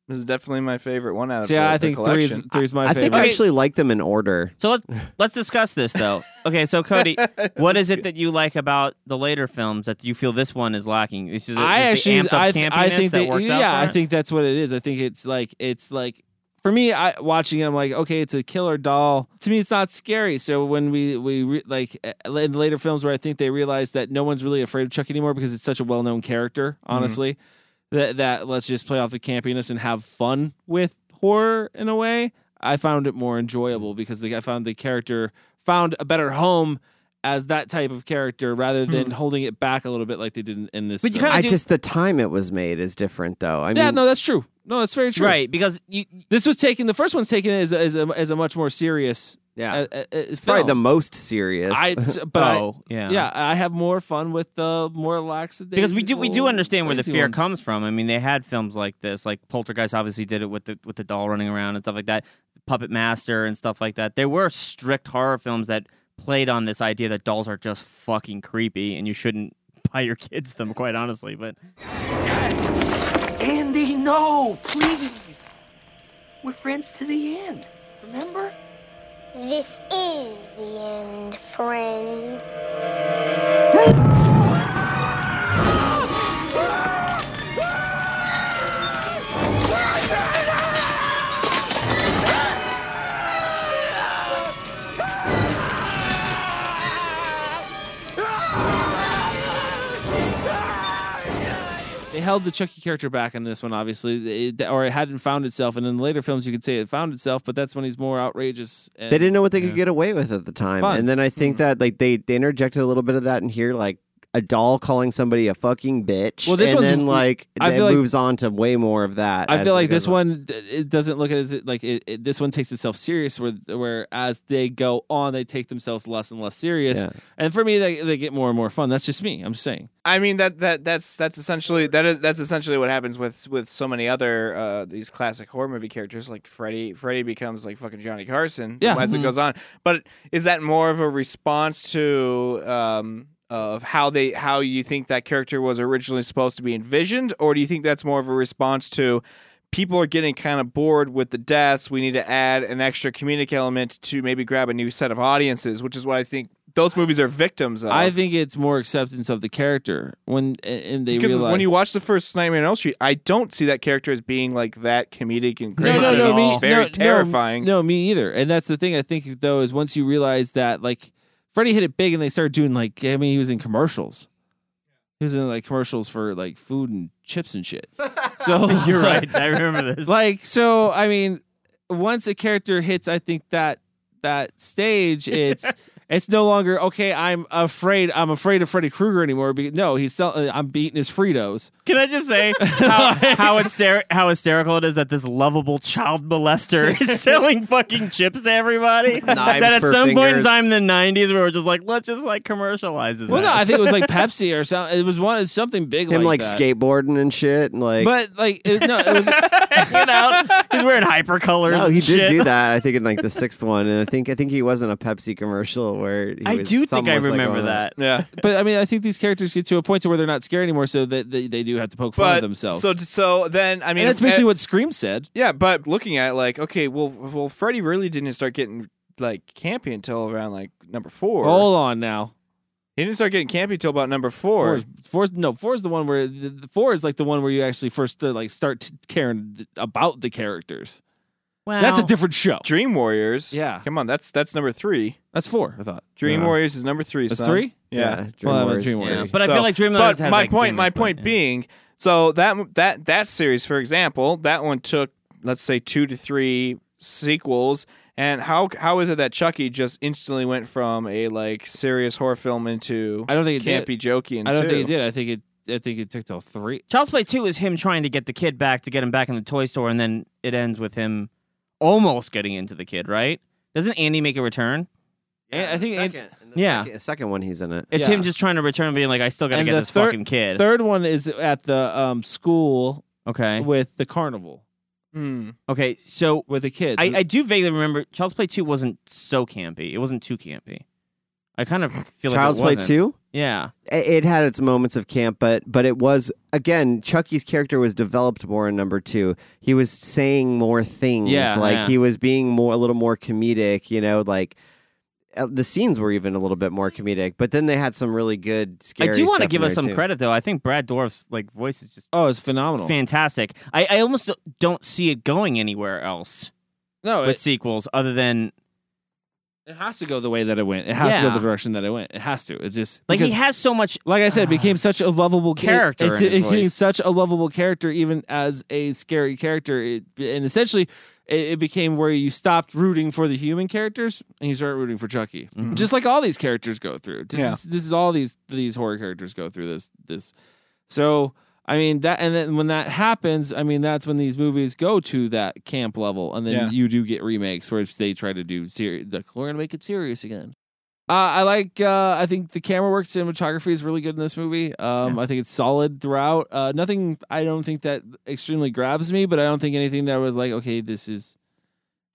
[SPEAKER 8] This is definitely my favorite one out of.
[SPEAKER 7] Yeah,
[SPEAKER 8] the,
[SPEAKER 7] I
[SPEAKER 8] the
[SPEAKER 7] think three is-
[SPEAKER 8] collection.
[SPEAKER 7] three is my
[SPEAKER 9] I think I
[SPEAKER 10] Okay.
[SPEAKER 9] actually like them in order.
[SPEAKER 10] So let's let's discuss this though. Okay, so Cody, what is it that you like about the later films that you feel this one is lacking? It's just,
[SPEAKER 7] I
[SPEAKER 10] just the
[SPEAKER 7] actually,
[SPEAKER 10] amped up
[SPEAKER 7] I, th- I
[SPEAKER 10] campiness
[SPEAKER 7] think
[SPEAKER 10] that
[SPEAKER 7] that,
[SPEAKER 10] works out
[SPEAKER 7] yeah,
[SPEAKER 10] for
[SPEAKER 7] I
[SPEAKER 10] it?
[SPEAKER 7] think that's what it is. I think it's like it's like for me, I watching it, I'm like, okay, it's a killer doll. To me, it's not scary. So when we we re- like uh, in the later films where I think they realize that no one's really afraid of Chuck anymore because it's such a well known character.
[SPEAKER 10] Mm-hmm.
[SPEAKER 7] Honestly, that that let's just play off the campiness and have fun with horror in a way. I found it more enjoyable because the, I found the character found a better home as that type of character rather than holding it back a little bit like they did in, in this.
[SPEAKER 10] Hmm. But you
[SPEAKER 7] film.
[SPEAKER 10] kinda
[SPEAKER 9] I
[SPEAKER 10] do-
[SPEAKER 9] just the time it was made is different though. I mean,
[SPEAKER 7] yeah, no, that's true. No, that's very true.
[SPEAKER 10] right because you
[SPEAKER 7] This was taken. The first one's taken as as a, as a much more serious.
[SPEAKER 9] Yeah.
[SPEAKER 7] uh, uh, uh, film.
[SPEAKER 9] it's probably the most serious.
[SPEAKER 7] I but I-
[SPEAKER 10] Oh, yeah.
[SPEAKER 7] yeah I have more fun with the more lackadaisical.
[SPEAKER 10] because we do we do understand where the
[SPEAKER 7] lazy
[SPEAKER 10] fear
[SPEAKER 7] ones.
[SPEAKER 10] comes from. I mean, they had films like this, like Poltergeist obviously did it with the with the doll running around and stuff like that, Puppet Master and stuff like that. There were strict horror films that played on this idea that dolls are just fucking creepy and you shouldn't buy your kids them quite honestly, but
[SPEAKER 4] Andy, no, please. We're friends to the end, remember?
[SPEAKER 12] This is the end, friend.
[SPEAKER 7] They held the Chucky character back in this one, obviously, it, or it hadn't found itself. And in the later films, you could say it found itself, but that's when he's more outrageous. And,
[SPEAKER 9] they didn't know what they could get away with at the time.
[SPEAKER 7] Fun.
[SPEAKER 9] And then I think that like they they interjected a little bit of that in here like a doll calling somebody a fucking bitch.
[SPEAKER 7] Well, this
[SPEAKER 9] and
[SPEAKER 7] one's-
[SPEAKER 9] then like
[SPEAKER 7] I
[SPEAKER 9] it
[SPEAKER 7] feel like-
[SPEAKER 9] moves on to way more of that.
[SPEAKER 7] I
[SPEAKER 9] as
[SPEAKER 7] feel
[SPEAKER 9] it
[SPEAKER 7] like
[SPEAKER 9] goes
[SPEAKER 7] this one d- it doesn't look at it as it, like it, it- this one takes itself serious where where as they go on they take themselves less and less serious
[SPEAKER 9] Yeah.
[SPEAKER 7] and for me they, they get more and more fun that's just me I'm just saying
[SPEAKER 8] I mean that that that's that's essentially that is that's essentially what happens with with so many other uh, these classic horror movie characters like Freddy. Freddy becomes like fucking Johnny Carson
[SPEAKER 7] Yeah.
[SPEAKER 8] as
[SPEAKER 7] Mhm.
[SPEAKER 8] it goes on. But is that more of a response to um, of how they how you think that character was originally supposed to be envisioned, or do you think that's more of a response to people are getting kind of bored with the deaths? We need to add an extra comedic element to maybe grab a new set of audiences, which is what I think those movies are victims of.
[SPEAKER 7] I think it's more acceptance of the character when and they
[SPEAKER 8] Because
[SPEAKER 7] realize
[SPEAKER 8] when you watch the first Nightmare on Elm Street, I don't see that character as being like that comedic and
[SPEAKER 7] no
[SPEAKER 8] crazy.
[SPEAKER 7] no no
[SPEAKER 8] It's
[SPEAKER 7] me,
[SPEAKER 8] very
[SPEAKER 7] no, no,
[SPEAKER 8] terrifying.
[SPEAKER 7] no, me either and that's the thing I think though is once you realize that like Freddie hit it big and they started doing like I mean he was in commercials he was in like commercials for like food and chips and shit so
[SPEAKER 10] you're right. I remember this.
[SPEAKER 7] like so i mean once a character hits i think that that stage it's it's no longer okay i'm afraid i'm afraid of freddy krueger anymore be- no he's sell- uh, i'm beating his fritos
[SPEAKER 10] Can I just say how how, hyster- how hysterical it is that this lovable child molester is selling fucking chips to everybody?
[SPEAKER 9] Knives
[SPEAKER 10] that at
[SPEAKER 9] for
[SPEAKER 10] some point in
[SPEAKER 9] fingers.
[SPEAKER 10] time in the '90s, we were just like, let's just like commercialize this.
[SPEAKER 7] well no
[SPEAKER 10] ass.
[SPEAKER 7] i think it was like pepsi or something it was one it's something big
[SPEAKER 9] on. him
[SPEAKER 7] like,
[SPEAKER 9] like,
[SPEAKER 7] that.
[SPEAKER 9] skateboarding and shit and like
[SPEAKER 7] but like it, no it was
[SPEAKER 10] Get out. He's wearing hyper colors.
[SPEAKER 9] No, he
[SPEAKER 10] and
[SPEAKER 9] did
[SPEAKER 10] shit.
[SPEAKER 9] do that. I think in like the sixth one, and I think I think he was in a Pepsi commercial where he
[SPEAKER 10] I
[SPEAKER 9] was-
[SPEAKER 10] do think
[SPEAKER 9] something
[SPEAKER 10] I
[SPEAKER 9] was, like, "Oh,
[SPEAKER 10] remember
[SPEAKER 9] going on.
[SPEAKER 10] that.
[SPEAKER 8] Yeah,
[SPEAKER 7] but i mean i think these characters get to a point to where they're not scared anymore so that they, they do have to poke fun
[SPEAKER 8] but
[SPEAKER 7] of themselves
[SPEAKER 8] so so then I mean
[SPEAKER 7] and that's basically
[SPEAKER 8] uh,
[SPEAKER 7] what scream said
[SPEAKER 8] Yeah, but looking at it, like okay, well, well, Freddy really didn't start getting like campy until around like number four.
[SPEAKER 7] hold on now
[SPEAKER 8] He didn't start getting campy till about number four.
[SPEAKER 7] Four is, four is- no four is the one where the, the four is like the one where you actually first uh, like start t- caring th- about the characters. That's a different show.
[SPEAKER 8] Dream Warriors.
[SPEAKER 7] Yeah.
[SPEAKER 8] Come on, that's that's number three.
[SPEAKER 7] That's four, I thought.
[SPEAKER 8] Dream
[SPEAKER 7] Yeah.
[SPEAKER 8] Warriors is number three.
[SPEAKER 7] That's
[SPEAKER 8] son.
[SPEAKER 7] three?
[SPEAKER 8] Yeah.
[SPEAKER 7] Yeah, Dream Well, I meant Warriors Dream is Warriors. three.
[SPEAKER 8] So-
[SPEAKER 7] But I feel like Dream Warriors
[SPEAKER 8] But
[SPEAKER 7] has,
[SPEAKER 8] my
[SPEAKER 7] like,
[SPEAKER 8] point,
[SPEAKER 7] gimmick,
[SPEAKER 8] my
[SPEAKER 7] but,
[SPEAKER 8] point being, so that that that series, for example, that one took let's say two to three sequels. And how how is it that Chucky just instantly went from a like serious horror film into
[SPEAKER 7] I don't think it
[SPEAKER 8] campy
[SPEAKER 7] did.
[SPEAKER 8] jokey? And
[SPEAKER 7] I don't
[SPEAKER 8] two?
[SPEAKER 7] think it did. I think it. I think it took till three.
[SPEAKER 10] Child's Play 2 is him trying to get the kid back to get him back in the toy store, and then it ends with him almost getting into the kid, right? Doesn't Andy make a return?
[SPEAKER 7] And I think and-
[SPEAKER 10] yeah.
[SPEAKER 9] The second one, he's in it.
[SPEAKER 10] It's him
[SPEAKER 7] Yeah.
[SPEAKER 10] just trying to return, being like, I still got to
[SPEAKER 7] and
[SPEAKER 10] get
[SPEAKER 7] the
[SPEAKER 10] this
[SPEAKER 7] third-
[SPEAKER 10] fucking kid.
[SPEAKER 7] Third one is at the um, school.
[SPEAKER 10] Okay.
[SPEAKER 7] With the carnival.
[SPEAKER 8] Hmm.
[SPEAKER 10] Okay, so
[SPEAKER 7] with the kids,
[SPEAKER 10] I, I do vaguely remember Child's Play 2 wasn't so campy. It wasn't too campy. I kind of feel like it
[SPEAKER 9] Child's Play
[SPEAKER 10] wasn't.
[SPEAKER 9] 2?
[SPEAKER 10] Yeah.
[SPEAKER 9] I- It had its moments of camp, but but it was again Chucky's character was developed more in number two. He was saying more things,
[SPEAKER 10] Yeah,
[SPEAKER 9] like
[SPEAKER 10] yeah.
[SPEAKER 9] he was being more a little more comedic. You know, like uh, the scenes were even a little bit more comedic. But then they had some really good. Scary
[SPEAKER 10] I do
[SPEAKER 9] want to
[SPEAKER 10] give us some credit though. I think Brad Dorff's like voice is just
[SPEAKER 7] oh, it's phenomenal,
[SPEAKER 10] fantastic. I, I almost don't see it going anywhere else.
[SPEAKER 7] No,
[SPEAKER 8] Oh,
[SPEAKER 10] with
[SPEAKER 7] it-
[SPEAKER 10] sequels other than
[SPEAKER 7] It has to go the way that it went. It has to go
[SPEAKER 10] Yeah.
[SPEAKER 7] the direction that it went. It has to. It just
[SPEAKER 10] like he
[SPEAKER 7] because-
[SPEAKER 10] has so much. uh,
[SPEAKER 7] Like I said, it became such a lovable ca-
[SPEAKER 10] character
[SPEAKER 7] It's,
[SPEAKER 10] in his
[SPEAKER 7] it became
[SPEAKER 10] voice.
[SPEAKER 7] such a lovable character, even as a scary character. It, and essentially, it, it became where you stopped rooting for the human characters and you started rooting for Chucky. Just like all these characters go through. This,
[SPEAKER 8] Yeah.
[SPEAKER 7] is, this is all these these horror characters go through this this. So I mean that, and then when that happens, I mean that's when these movies go to that camp level, and then
[SPEAKER 8] Yeah.
[SPEAKER 7] you do get remakes where they try to do serious. Like we're gonna make it serious again. Uh, I like. Uh, I think the camera work, cinematography is really good in this movie. Um, I think it's solid throughout. Uh, nothing. I don't think that extremely grabs me, but I don't think anything that was like, okay, this is.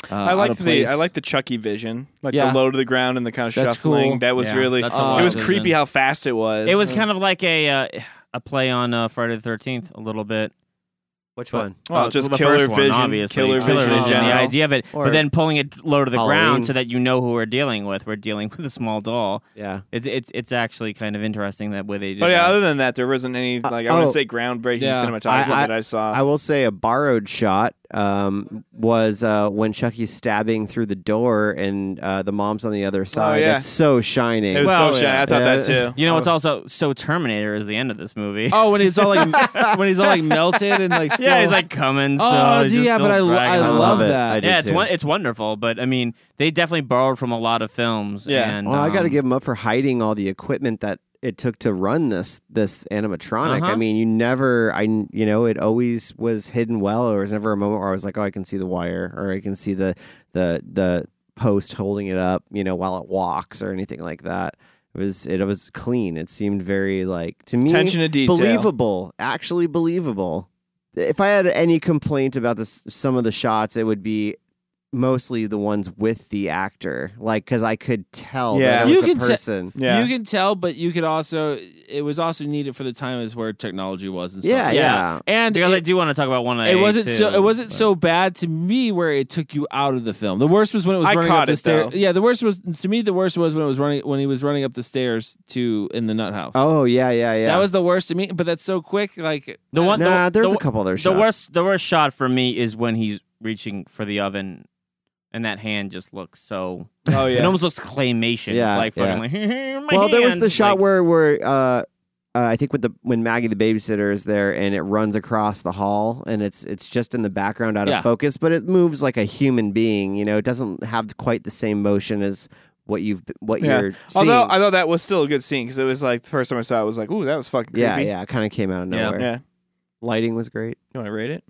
[SPEAKER 7] Uh,
[SPEAKER 8] I
[SPEAKER 7] out
[SPEAKER 8] like
[SPEAKER 7] of
[SPEAKER 8] the I
[SPEAKER 7] place.
[SPEAKER 8] like the Chucky vision, like
[SPEAKER 7] Yeah.
[SPEAKER 8] the low to the ground and the kind of
[SPEAKER 7] That's
[SPEAKER 8] shuffling.
[SPEAKER 7] cool.
[SPEAKER 8] That was
[SPEAKER 7] Yeah,
[SPEAKER 8] really
[SPEAKER 10] that's a
[SPEAKER 8] it
[SPEAKER 10] wild
[SPEAKER 8] was
[SPEAKER 10] vision.
[SPEAKER 8] creepy how fast it was.
[SPEAKER 10] It was kind of like a uh, a play on uh, Friday the Thirteenth a little bit.
[SPEAKER 9] Which
[SPEAKER 10] But-
[SPEAKER 9] one?
[SPEAKER 8] Well,
[SPEAKER 10] uh,
[SPEAKER 8] Oh, just
[SPEAKER 10] the
[SPEAKER 8] killer
[SPEAKER 10] first one,
[SPEAKER 8] vision-
[SPEAKER 10] obviously.
[SPEAKER 8] killer vision in
[SPEAKER 10] The
[SPEAKER 8] general.
[SPEAKER 10] idea of it,
[SPEAKER 9] Or
[SPEAKER 10] but then pulling it low to the
[SPEAKER 9] Halloween.
[SPEAKER 10] ground so that you know who we're dealing with. We're dealing with a small doll.
[SPEAKER 9] Yeah.
[SPEAKER 10] it's it's it's actually kind of interesting that way they did.
[SPEAKER 8] But Oh, yeah,
[SPEAKER 10] that.
[SPEAKER 8] other than that, there wasn't any like I
[SPEAKER 9] oh.
[SPEAKER 8] wouldn't say groundbreaking
[SPEAKER 10] Yeah.
[SPEAKER 8] cinematography
[SPEAKER 9] I-
[SPEAKER 8] that I saw.
[SPEAKER 9] I will say a borrowed shot um, was uh, when Chucky's stabbing through the door and uh, the mom's on the
[SPEAKER 10] Oh,
[SPEAKER 9] other side.
[SPEAKER 8] yeah.
[SPEAKER 9] It's so shining.
[SPEAKER 8] It was so shining. I thought that too.
[SPEAKER 10] You know, what's also so Terminator is the end of this movie.
[SPEAKER 7] Oh, when he's all like, when he's all like melted and like, still,
[SPEAKER 10] yeah, he's like coming. Still,
[SPEAKER 7] Oh,
[SPEAKER 10] he's just
[SPEAKER 7] yeah,
[SPEAKER 10] still
[SPEAKER 7] but I lo-
[SPEAKER 10] dragging
[SPEAKER 7] I
[SPEAKER 10] along.
[SPEAKER 7] love I love it. that. I do
[SPEAKER 10] Yeah, it's
[SPEAKER 7] too.
[SPEAKER 10] one, it's wonderful. But I mean, they definitely borrowed from a lot of films. and,
[SPEAKER 9] well, I got to
[SPEAKER 10] um,
[SPEAKER 9] give him up for hiding all the equipment that it took to run this this animatronic.
[SPEAKER 10] Uh-huh.
[SPEAKER 9] I mean, you never, I you know, it always was hidden well. There was never a moment where I was like, oh, I can see the wire or I can see the the the post holding it up, you know, while it walks or anything like that. It was it was clean. It seemed very like to me
[SPEAKER 8] Attention to detail.
[SPEAKER 9] believable, actually believable. If I had any complaint about this, some of the shots, it would be mostly the ones with the actor, like because I could tell that it was a
[SPEAKER 7] te-
[SPEAKER 9] person.
[SPEAKER 7] you can tell, but you could also. It was also needed for the time, is where technology was and stuff.
[SPEAKER 9] Yeah,
[SPEAKER 7] like
[SPEAKER 9] yeah.
[SPEAKER 7] that. and
[SPEAKER 10] because I do want to talk about one.
[SPEAKER 7] It wasn't so. It wasn't so bad to me where it took you out of the film. The worst was when it was
[SPEAKER 8] I
[SPEAKER 7] running
[SPEAKER 8] caught
[SPEAKER 7] up the
[SPEAKER 8] it,
[SPEAKER 7] stairs.
[SPEAKER 8] though.
[SPEAKER 7] Yeah, the worst was to me. The worst was when it was running when he was running up the stairs to in the nut house.
[SPEAKER 9] Oh yeah, yeah, yeah.
[SPEAKER 7] That was the worst to me. But that's so quick. Like
[SPEAKER 10] The one.
[SPEAKER 9] Nah,
[SPEAKER 10] the,
[SPEAKER 9] there's
[SPEAKER 10] the,
[SPEAKER 9] a couple other
[SPEAKER 10] The
[SPEAKER 9] shots.
[SPEAKER 10] worst. The worst shot for me is when he's reaching for the oven, and that hand just looks so.
[SPEAKER 8] Oh yeah.
[SPEAKER 10] It almost looks claymation.
[SPEAKER 9] Yeah,
[SPEAKER 10] it's like
[SPEAKER 9] yeah.
[SPEAKER 10] fucking like. my
[SPEAKER 9] well, there was
[SPEAKER 10] hand.
[SPEAKER 9] the shot
[SPEAKER 10] Like,
[SPEAKER 9] where where uh, uh, I think with the when Maggie the babysitter is there and it runs across the hall and it's it's just in the background out
[SPEAKER 7] Yeah.
[SPEAKER 9] of focus, but it moves like a human being. You know, it doesn't have quite the same motion as what you've what
[SPEAKER 8] yeah.
[SPEAKER 9] you're seeing.
[SPEAKER 8] Although I thought that was still a good scene because it was like the first time I saw it, I was like, ooh, that was fucking creepy.
[SPEAKER 9] yeah, yeah, it kind of came out of
[SPEAKER 10] Yeah.
[SPEAKER 9] nowhere.
[SPEAKER 8] Yeah.
[SPEAKER 9] Lighting was great.
[SPEAKER 8] You want to rate it?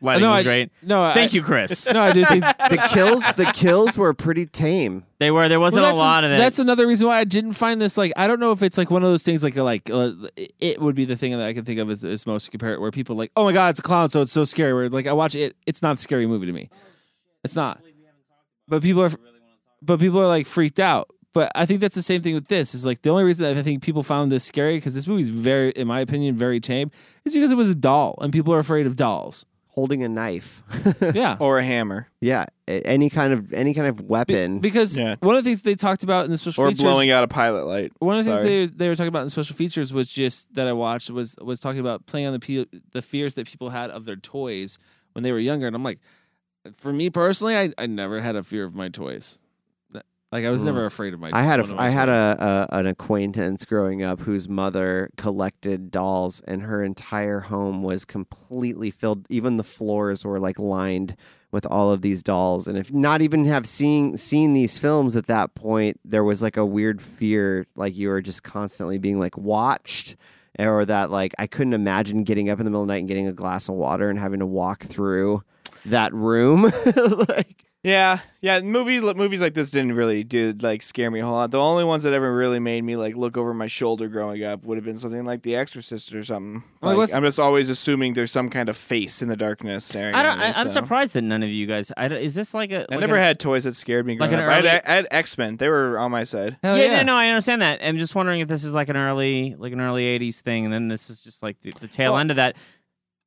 [SPEAKER 10] Lighting
[SPEAKER 7] No,
[SPEAKER 10] was
[SPEAKER 7] I-
[SPEAKER 10] great.
[SPEAKER 7] no, I-
[SPEAKER 10] Thank you, Chris.
[SPEAKER 7] no, I do think
[SPEAKER 9] The kills, the kills were pretty tame.
[SPEAKER 10] They were. There wasn't
[SPEAKER 7] Well,
[SPEAKER 10] a
[SPEAKER 7] that's
[SPEAKER 10] lot of it.
[SPEAKER 7] That's another reason why I didn't find this like I don't know if it's like one of those things like like uh, it would be the thing that I can think of as, as most compare it where people like oh my god it's a clown so it's so scary where like I watch it it's not a scary movie to me it's not but people are but people are like freaked out but I think that's the same thing with this is like the only reason that I think people found this scary because this movie's very in my opinion very tame is because it was a doll and people are afraid of dolls
[SPEAKER 9] holding a knife.
[SPEAKER 7] yeah.
[SPEAKER 8] Or a hammer.
[SPEAKER 9] Yeah, a- any kind of any kind of weapon.
[SPEAKER 7] because one of the things they talked about in the special
[SPEAKER 8] Or
[SPEAKER 7] features,
[SPEAKER 8] blowing out a pilot light.
[SPEAKER 7] One of the
[SPEAKER 8] Sorry.
[SPEAKER 7] things they they were talking about in special features was just that I watched was was talking about playing on the pe- the fears that people had of their toys when they were younger, and I'm like, for me personally, I, I never had a fear of my toys. Like I was never afraid of my.
[SPEAKER 9] Mm. I
[SPEAKER 7] one
[SPEAKER 9] had a
[SPEAKER 7] of my
[SPEAKER 9] I had
[SPEAKER 7] toys.
[SPEAKER 9] a, a an acquaintance growing up whose mother collected dolls, and her entire home was completely filled. Even the floors were like lined with all of these dolls. And if not even have seen seen these films at that point, there was like a weird fear, like you were just constantly being like watched. Or that, like, I couldn't imagine getting up in the middle of the night and getting a glass of water and having to walk through that room.
[SPEAKER 8] Yeah, yeah. Movies, li- movies like this didn't really do like scare me a whole lot. The only ones that ever really made me like look over my shoulder growing up would have been something like The Exorcist or something.
[SPEAKER 10] Well, it
[SPEAKER 8] Like,
[SPEAKER 10] was-
[SPEAKER 8] I'm just always assuming there's some kind of face in the darkness staring.
[SPEAKER 10] I don't.
[SPEAKER 8] At me,
[SPEAKER 10] I, I'm
[SPEAKER 8] so.
[SPEAKER 10] surprised that none of you guys. I, don't- is this like a?
[SPEAKER 8] I
[SPEAKER 10] like
[SPEAKER 8] never
[SPEAKER 10] an-
[SPEAKER 8] had toys that scared me.
[SPEAKER 10] like
[SPEAKER 8] Growing
[SPEAKER 10] an
[SPEAKER 8] up. I
[SPEAKER 10] early-
[SPEAKER 8] had, I had X Men. They were on my side.
[SPEAKER 7] Oh,
[SPEAKER 10] yeah, yeah, no, I understand that. I'm just wondering if this is like an early, like an early '80s thing, and then this is just like the, the tail end of that.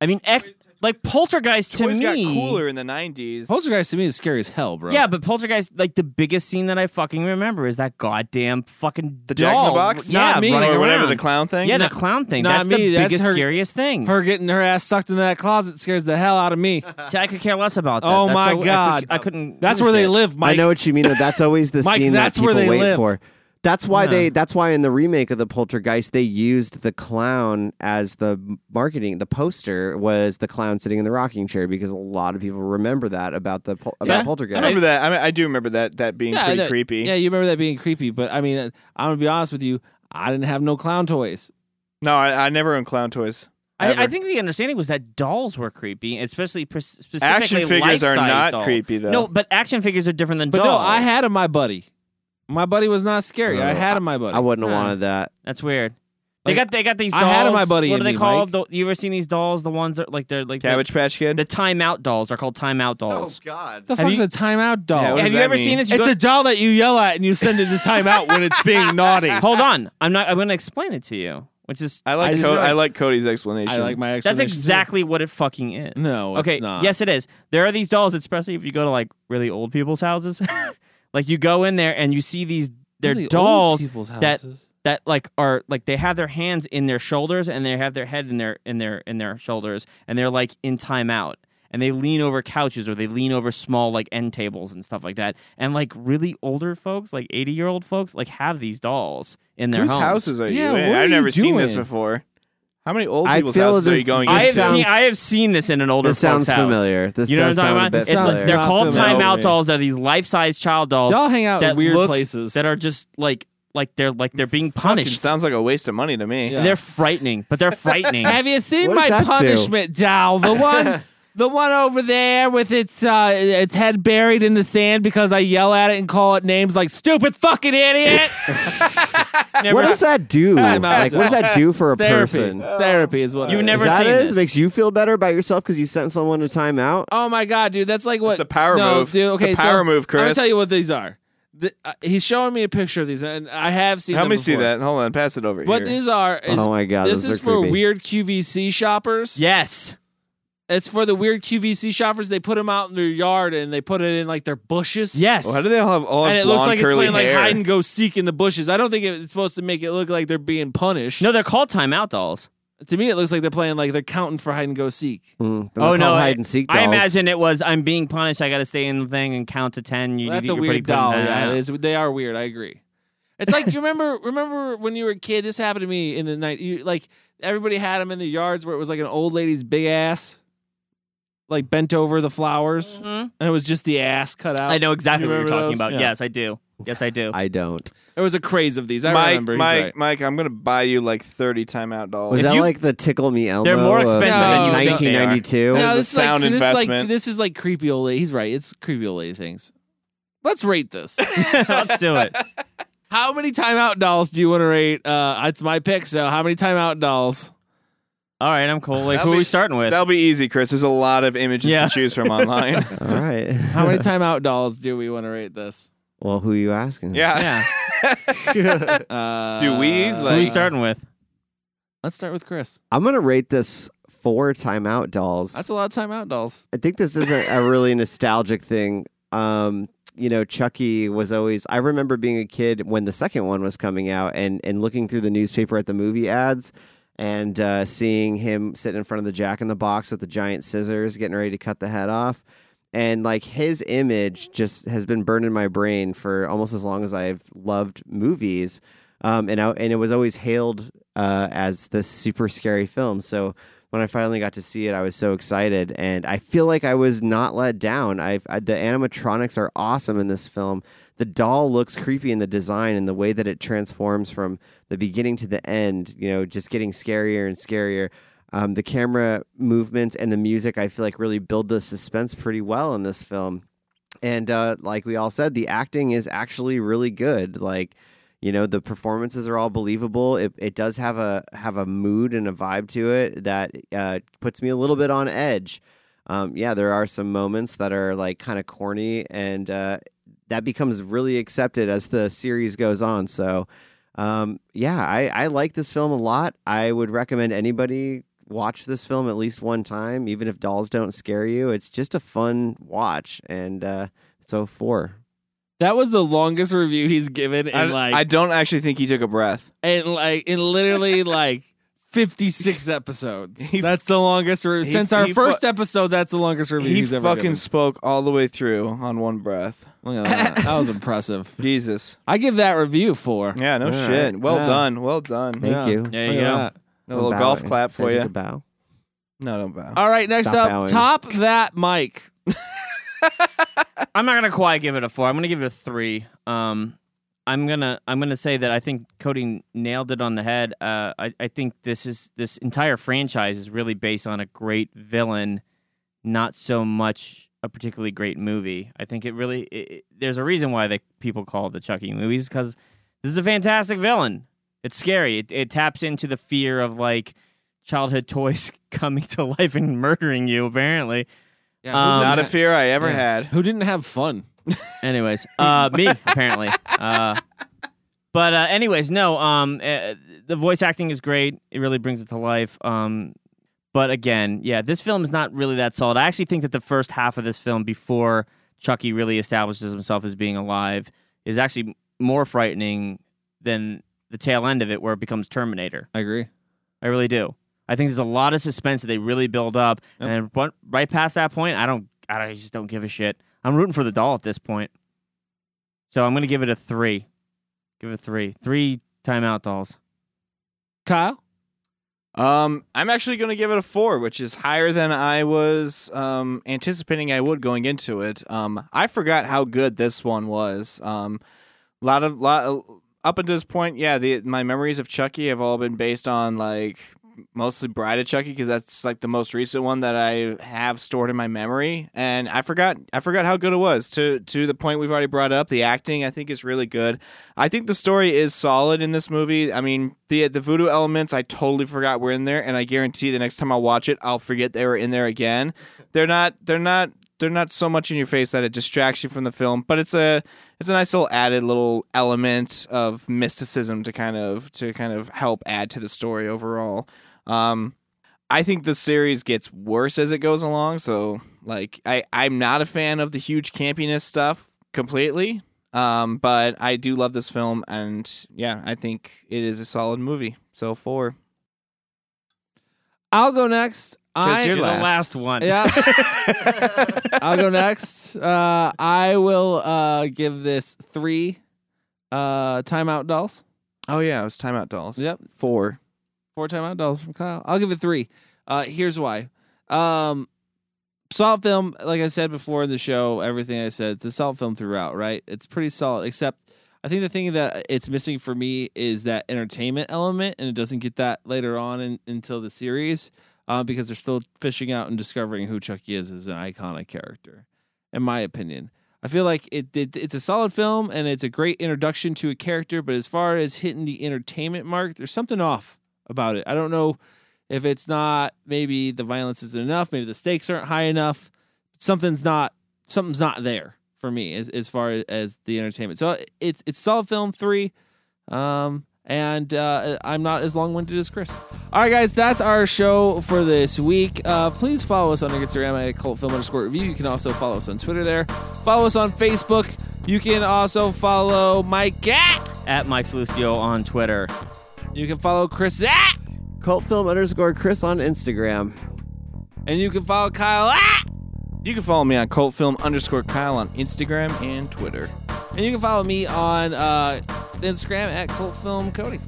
[SPEAKER 10] I mean, ex- like Poltergeist to
[SPEAKER 8] Toys
[SPEAKER 10] me
[SPEAKER 8] got cooler in the '90s.
[SPEAKER 7] Poltergeist to me is scary as hell, bro.
[SPEAKER 10] Yeah, but Poltergeist, like the biggest scene that I fucking remember is that goddamn fucking
[SPEAKER 8] The
[SPEAKER 10] doll.
[SPEAKER 8] Jack in the Box?
[SPEAKER 10] yeah,
[SPEAKER 8] Not me.
[SPEAKER 10] running
[SPEAKER 8] Or whatever,
[SPEAKER 10] around.
[SPEAKER 8] the clown thing?
[SPEAKER 10] Yeah,
[SPEAKER 8] Not-
[SPEAKER 10] the clown thing.
[SPEAKER 7] not
[SPEAKER 10] That's
[SPEAKER 7] me.
[SPEAKER 10] the
[SPEAKER 7] That's
[SPEAKER 10] biggest,
[SPEAKER 7] her-
[SPEAKER 10] scariest thing.
[SPEAKER 7] her getting her ass sucked into that closet scares the hell out of me.
[SPEAKER 10] See, I could care less about that.
[SPEAKER 7] Oh
[SPEAKER 10] That's
[SPEAKER 7] my
[SPEAKER 10] so- I could-
[SPEAKER 7] god,
[SPEAKER 10] I couldn't.
[SPEAKER 7] That's
[SPEAKER 10] give a
[SPEAKER 7] where they
[SPEAKER 10] shit.
[SPEAKER 7] live, Mike.
[SPEAKER 9] I know what you mean. Though that's always the
[SPEAKER 7] Mike,
[SPEAKER 9] scene
[SPEAKER 7] that's
[SPEAKER 9] that
[SPEAKER 7] where
[SPEAKER 9] people
[SPEAKER 7] they
[SPEAKER 9] wait
[SPEAKER 7] live.
[SPEAKER 9] for. That's why
[SPEAKER 7] Yeah.
[SPEAKER 9] they. That's why in the remake of the Poltergeist, they used the clown as the marketing. The poster was the clown sitting in the rocking chair because a lot of people remember that about the pol- about
[SPEAKER 8] I
[SPEAKER 9] Poltergeist.
[SPEAKER 8] remember that. I, mean, I do remember that that being
[SPEAKER 7] I
[SPEAKER 8] pretty
[SPEAKER 7] know-
[SPEAKER 8] creepy.
[SPEAKER 7] Yeah, you remember that being creepy, but I mean, I'm gonna be honest with you. I didn't have no clown toys.
[SPEAKER 8] No, I, I never owned clown toys. Ever.
[SPEAKER 10] I, I think the understanding was that dolls were creepy, especially pers- specifically
[SPEAKER 8] Action figures are
[SPEAKER 10] life-size
[SPEAKER 8] not
[SPEAKER 10] dolls.
[SPEAKER 8] creepy, though.
[SPEAKER 10] No, but action figures are different than
[SPEAKER 7] But
[SPEAKER 10] dolls.
[SPEAKER 7] no, I had a my buddy. My buddy was not scary.
[SPEAKER 10] Uh,
[SPEAKER 7] I had a my buddy.
[SPEAKER 9] I wouldn't have
[SPEAKER 10] Huh.
[SPEAKER 9] wanted that.
[SPEAKER 10] That's weird.
[SPEAKER 7] Like,
[SPEAKER 10] they got they got these.
[SPEAKER 7] I
[SPEAKER 10] Dolls.
[SPEAKER 7] had my buddy
[SPEAKER 10] What
[SPEAKER 7] in
[SPEAKER 10] are they
[SPEAKER 7] me,
[SPEAKER 10] called? The- you ever seen these dolls? The ones that like they're like the-
[SPEAKER 8] Cabbage Patch Kid.
[SPEAKER 10] The timeout dolls are called timeout dolls.
[SPEAKER 9] God.
[SPEAKER 7] The
[SPEAKER 10] Have
[SPEAKER 7] fuck's
[SPEAKER 10] you-
[SPEAKER 7] a timeout doll?
[SPEAKER 10] Yeah, Oh, what does Have you that ever mean? seen it? You
[SPEAKER 7] It's
[SPEAKER 10] go-
[SPEAKER 7] a doll that you yell at and you send it to timeout when it's being naughty.
[SPEAKER 10] Hold on, I'm not. I'm going to explain it to you, which is
[SPEAKER 8] I like
[SPEAKER 7] I just-
[SPEAKER 8] Co- I like Cody's explanation.
[SPEAKER 7] I like my
[SPEAKER 10] That's
[SPEAKER 7] explanation.
[SPEAKER 10] exactly what it fucking is.
[SPEAKER 7] No, it's
[SPEAKER 10] okay.
[SPEAKER 7] not.
[SPEAKER 10] Yes, it is. There are these dolls, especially if you go to like really old people's houses. like you go in there and you see these they're
[SPEAKER 7] Really old
[SPEAKER 10] dolls
[SPEAKER 7] people's
[SPEAKER 10] that
[SPEAKER 7] houses?
[SPEAKER 10] that like are like they have their hands in their shoulders and they have their head in their in their in their shoulders and they're like in timeout. And they lean over couches or they lean over small like end tables and stuff like that. And like really older folks, like eighty year old folks, like have these dolls in their
[SPEAKER 8] Whose
[SPEAKER 10] homes.
[SPEAKER 8] houses are you
[SPEAKER 7] Yeah,
[SPEAKER 8] in?
[SPEAKER 7] what are
[SPEAKER 8] I've
[SPEAKER 7] you
[SPEAKER 8] never seen this
[SPEAKER 7] doing?
[SPEAKER 8] before. How many old
[SPEAKER 9] I
[SPEAKER 8] people's
[SPEAKER 9] feel
[SPEAKER 8] houses are
[SPEAKER 9] this-
[SPEAKER 8] you going
[SPEAKER 10] I
[SPEAKER 8] into?
[SPEAKER 10] have
[SPEAKER 9] This
[SPEAKER 10] seen
[SPEAKER 9] sounds-
[SPEAKER 10] I have seen this in an older.
[SPEAKER 9] This sounds
[SPEAKER 10] folks' house.
[SPEAKER 9] familiar. This
[SPEAKER 10] you know
[SPEAKER 9] does
[SPEAKER 10] what I'm talking
[SPEAKER 9] sound a
[SPEAKER 10] about?
[SPEAKER 9] bit
[SPEAKER 10] It's like-
[SPEAKER 9] familiar.
[SPEAKER 10] they're
[SPEAKER 7] Not
[SPEAKER 10] called
[SPEAKER 7] familiar.
[SPEAKER 10] timeout
[SPEAKER 7] No.
[SPEAKER 10] dolls. They're these life-size child dolls.
[SPEAKER 7] Y'all hang out in
[SPEAKER 10] that
[SPEAKER 7] weird
[SPEAKER 10] look-
[SPEAKER 7] places.
[SPEAKER 10] that are just like like they're like they're being
[SPEAKER 8] It
[SPEAKER 10] punished.
[SPEAKER 8] sounds like a waste of money to me.
[SPEAKER 10] And They're frightening, but they're frightening.
[SPEAKER 7] Have you seen
[SPEAKER 9] What
[SPEAKER 7] my
[SPEAKER 9] does that do?
[SPEAKER 7] punishment doll? The one, the one over there with its uh, its head buried in the sand because I yell at it and call it names like "stupid fucking idiot."
[SPEAKER 9] What does that do?
[SPEAKER 7] Time out,
[SPEAKER 9] like, what does that do for a
[SPEAKER 7] Therapy.
[SPEAKER 9] person?
[SPEAKER 7] Therapy is what
[SPEAKER 10] You've
[SPEAKER 7] it is.
[SPEAKER 10] never
[SPEAKER 9] Is that
[SPEAKER 10] seen
[SPEAKER 9] it?
[SPEAKER 10] this.
[SPEAKER 9] Makes you feel better about yourself because you sent someone to timeout.
[SPEAKER 7] Oh my god, dude, that's like what
[SPEAKER 8] It's a power
[SPEAKER 7] no,
[SPEAKER 8] move.
[SPEAKER 7] Dude, okay,
[SPEAKER 8] It's a power
[SPEAKER 7] so
[SPEAKER 8] move,
[SPEAKER 7] I'm gonna
[SPEAKER 8] Chris.
[SPEAKER 7] tell you what these are. The, uh, he's showing me a picture of these, and I have seen.
[SPEAKER 8] Let
[SPEAKER 7] them
[SPEAKER 8] me see
[SPEAKER 7] before.
[SPEAKER 8] that. Hold on, pass it over
[SPEAKER 7] What
[SPEAKER 8] here.
[SPEAKER 7] these are? Is,
[SPEAKER 9] Oh my God,
[SPEAKER 7] this
[SPEAKER 9] those
[SPEAKER 7] is
[SPEAKER 9] are
[SPEAKER 7] for
[SPEAKER 9] creepy.
[SPEAKER 7] weird QVC shoppers.
[SPEAKER 10] yes,
[SPEAKER 7] It's for the weird QVC shoppers. They put them out in their yard and they put it in like their bushes.
[SPEAKER 10] yes.
[SPEAKER 8] Why do they all have all
[SPEAKER 7] and it
[SPEAKER 8] Oh, blonde
[SPEAKER 7] looks like it's
[SPEAKER 8] curly
[SPEAKER 7] playing like
[SPEAKER 8] hair?
[SPEAKER 7] hide and go seek in the bushes. I don't think it's supposed to make it look like they're being punished.
[SPEAKER 10] no, they're called timeout dolls.
[SPEAKER 7] to me it looks like they're playing like they're counting for hide and go seek.
[SPEAKER 9] Mm, they're
[SPEAKER 10] Oh
[SPEAKER 9] called
[SPEAKER 10] no, I-
[SPEAKER 9] hide and seek.
[SPEAKER 10] I
[SPEAKER 9] dolls.
[SPEAKER 10] imagine it was I'm being punished. I got to stay in the thing and count to ten. You,
[SPEAKER 7] That's
[SPEAKER 10] you,
[SPEAKER 7] a
[SPEAKER 10] you're
[SPEAKER 7] weird
[SPEAKER 10] pretty put in
[SPEAKER 7] doll. Yeah,
[SPEAKER 10] timeout.
[SPEAKER 7] it is. They are weird. I agree. It's like you remember remember when you were a kid. This happened to me in the night. You like everybody had them in the yards where it was like an old lady's big ass, like bent over the flowers,
[SPEAKER 10] Mhm.
[SPEAKER 7] and it was just the ass cut out.
[SPEAKER 10] I know exactly
[SPEAKER 7] You
[SPEAKER 10] what you're
[SPEAKER 7] remember
[SPEAKER 10] talking
[SPEAKER 7] those?
[SPEAKER 10] about.
[SPEAKER 7] Yeah.
[SPEAKER 10] Yes, I do. Yes, I do.
[SPEAKER 9] I don't.
[SPEAKER 7] There was a craze of these. I
[SPEAKER 8] Mike,
[SPEAKER 7] remember. He's
[SPEAKER 8] Mike,
[SPEAKER 7] right.
[SPEAKER 8] Mike, I'm gonna buy you like 30 timeout dolls.
[SPEAKER 9] Was
[SPEAKER 10] If
[SPEAKER 9] that
[SPEAKER 10] you-
[SPEAKER 9] like the tickle me Elmo?
[SPEAKER 10] They're more
[SPEAKER 9] of
[SPEAKER 10] expensive
[SPEAKER 7] than you think they are.
[SPEAKER 9] 1992.
[SPEAKER 8] No. There's a
[SPEAKER 7] this is like-
[SPEAKER 8] sound
[SPEAKER 7] this is like,
[SPEAKER 8] investment.
[SPEAKER 7] this is like creepy old lady. He's right. It's creepy old lady things. Let's rate this.
[SPEAKER 10] Let's do it.
[SPEAKER 7] how many timeout dolls do you want to rate? Uh, it's my pick. So how many timeout dolls?
[SPEAKER 10] All right, I'm cool. Like,
[SPEAKER 8] That'll
[SPEAKER 10] who are
[SPEAKER 8] be-
[SPEAKER 10] we starting with?
[SPEAKER 8] That'll be easy, Chris. There's a lot of images
[SPEAKER 10] Yeah.
[SPEAKER 8] to choose from online.
[SPEAKER 9] All right.
[SPEAKER 7] How many timeout dolls do we want to rate this?
[SPEAKER 9] well, who are you asking?
[SPEAKER 8] yeah.
[SPEAKER 10] Yeah.
[SPEAKER 7] Uh,
[SPEAKER 8] Do we,
[SPEAKER 10] Who are we
[SPEAKER 8] like-
[SPEAKER 10] starting with?
[SPEAKER 7] Let's start with Chris.
[SPEAKER 9] I'm gonna rate this four timeout dolls.
[SPEAKER 7] That's a lot of timeout dolls.
[SPEAKER 9] I think this is a, a really nostalgic thing. Um, you know, Chucky was always. I remember being a kid when the second one was coming out, and and looking through the newspaper at the movie ads, and uh, seeing him sitting in front of the Jack in the Box with the giant scissors, getting ready to cut the head off, and like his image just has been burned in my brain for almost as long as I've loved movies, um, and I, and it was always hailed uh, as this super scary film. So when I finally got to see it, I was so excited, and I feel like I was not let down. I've I, the animatronics are awesome in this film. The doll looks creepy in the design and the way that it transforms from the beginning to the end. You know, just getting scarier and scarier. Um, the camera movements and the music, I feel like, really build the suspense pretty well in this film. And uh, like we all said, the acting is actually really good. Like, you know the performances are all believable it, it does have a have a mood and a vibe to it that uh, puts me a little bit on edge um, yeah there are some moments that are like kind of corny and uh, that becomes really accepted as the series goes on so um, yeah I, I like this film a lot i would recommend anybody watch this film at least one time even if dolls don't scare you it's just a fun watch and uh, so four
[SPEAKER 7] That was the longest review he's given in
[SPEAKER 8] I,
[SPEAKER 7] like
[SPEAKER 8] I don't actually think he took a breath.
[SPEAKER 7] and like in literally like 56 episodes. that's the longest re-
[SPEAKER 8] he-
[SPEAKER 7] since our
[SPEAKER 8] he fu-
[SPEAKER 7] first episode. That's the longest review
[SPEAKER 8] He
[SPEAKER 7] he's ever
[SPEAKER 8] fucking
[SPEAKER 7] given.
[SPEAKER 8] spoke all the way through on one breath.
[SPEAKER 7] Look at that. that was impressive.
[SPEAKER 8] Jesus.
[SPEAKER 7] I give that review four.
[SPEAKER 8] Yeah, no shit. Well
[SPEAKER 7] Yeah.
[SPEAKER 8] done. Well done.
[SPEAKER 9] Thank
[SPEAKER 7] Yeah.
[SPEAKER 9] you.
[SPEAKER 7] There
[SPEAKER 8] you
[SPEAKER 7] Look at
[SPEAKER 8] go.
[SPEAKER 7] that.
[SPEAKER 8] A little golf
[SPEAKER 9] Bowing.
[SPEAKER 8] clap for
[SPEAKER 9] Take
[SPEAKER 8] you.
[SPEAKER 9] a bow.
[SPEAKER 8] No, don't bow.
[SPEAKER 7] All right, next
[SPEAKER 9] Stop
[SPEAKER 7] up,
[SPEAKER 9] bowing.
[SPEAKER 7] top that mic.
[SPEAKER 10] I'm not gonna quite give it a four. I'm gonna give it a three. Um, I'm gonna I'm gonna say that I think Cody nailed it on the head. Uh, I I think this is this entire franchise is really based on a great villain, not so much a particularly great movie. I think it really it, it- there's a reason why they people call it the Chucky movies because this is a fantastic villain. It's scary. It it taps into the fear of like childhood toys coming to life and murdering you. Apparently,
[SPEAKER 7] who
[SPEAKER 10] Um,
[SPEAKER 8] Not a fear I ever
[SPEAKER 7] Yeah.
[SPEAKER 8] had.
[SPEAKER 7] Who didn't have fun?
[SPEAKER 10] Anyways, uh, me apparently. Uh, but uh, anyways, no. Um, uh, the voice acting is great. It really brings it to life. Um, but again, yeah, this film is not really that solid. I actually think that the first half of this film, before Chucky really establishes himself as being alive, is actually more frightening than the tail end of it, where it becomes Terminator.
[SPEAKER 7] I agree.
[SPEAKER 10] I really do. I think there's a lot of suspense that they really build up,
[SPEAKER 7] Yep.
[SPEAKER 10] and one- right past that point, I don't, I don't- I just don't give a shit. I'm rooting for the doll at this point, so I'm gonna give it a three. Give it a three, three timeout dolls.
[SPEAKER 7] Kyle?
[SPEAKER 8] Um, I'm actually going to give it a four, which is higher than I was um, anticipating I would going into it. Um, I forgot how good this one was. Um, lot of lot up until this point, yeah. The my memories of Chucky have all been based on like mostly Bride of Chucky because that's like the most recent one that I have stored in my memory, and I forgot I forgot how good it was. To to the point we've already brought up, the acting I think is really good. I think the story is solid in this movie. I mean the the voodoo elements I totally forgot were in there, and I guarantee the next time I watch it, I'll forget they were in there again. They're not they're not they're not so much in your face that it distracts you from the film, but it's a it's a nice little added little element of mysticism to kind of to kind of help add to the story overall. Um, I think the series gets worse as it goes along. So like I I'm not a fan of the huge campiness stuff completely. Um, but I do love this film, and yeah, I think it is a solid movie. So four.
[SPEAKER 7] I'll go next.
[SPEAKER 8] 'Cause
[SPEAKER 7] I
[SPEAKER 8] you're
[SPEAKER 10] The
[SPEAKER 8] Last.
[SPEAKER 10] last one.
[SPEAKER 7] Yeah. I'll go next. Uh, I will uh, give this three uh, timeout dolls.
[SPEAKER 8] Oh yeah, it was Timeout Dolls.
[SPEAKER 7] Yep.
[SPEAKER 8] four.
[SPEAKER 7] Four timeout dolls from Kyle. I'll give it three. Uh, here's why. Um, Salt film, like I said before in the show, everything I said, the salt film throughout, right? It's pretty solid, except I think the thing that it's missing for me is that entertainment element, and it doesn't get that later on in, until the series uh, because they're still fishing out and discovering who Chucky is as an iconic character, in my opinion. I feel like it, it it's a solid film and it's a great introduction to a character, but as far as hitting the entertainment mark, there's something off about it. I don't know if it's not maybe the violence isn't enough, maybe the stakes aren't high enough. Something's not something's not there for me as, as far as the entertainment. So it's it's solid film three. Um, and uh, I'm not as long winded as Chris. All right, guys, that's our show for this week. Uh, please follow us on Instagram at Cult Film underscore Review. You can also follow us on Twitter there. Follow us on Facebook. You can also follow Mike at
[SPEAKER 10] at Mike Salustio on Twitter.
[SPEAKER 7] You can follow Chris at
[SPEAKER 9] Cult Film underscore Chris on Instagram.
[SPEAKER 7] And you can follow Kyle at
[SPEAKER 8] You can follow me on cultfilm underscore Kyle on Instagram and Twitter.
[SPEAKER 7] And you can follow me on uh, Instagram at Cult Film Cody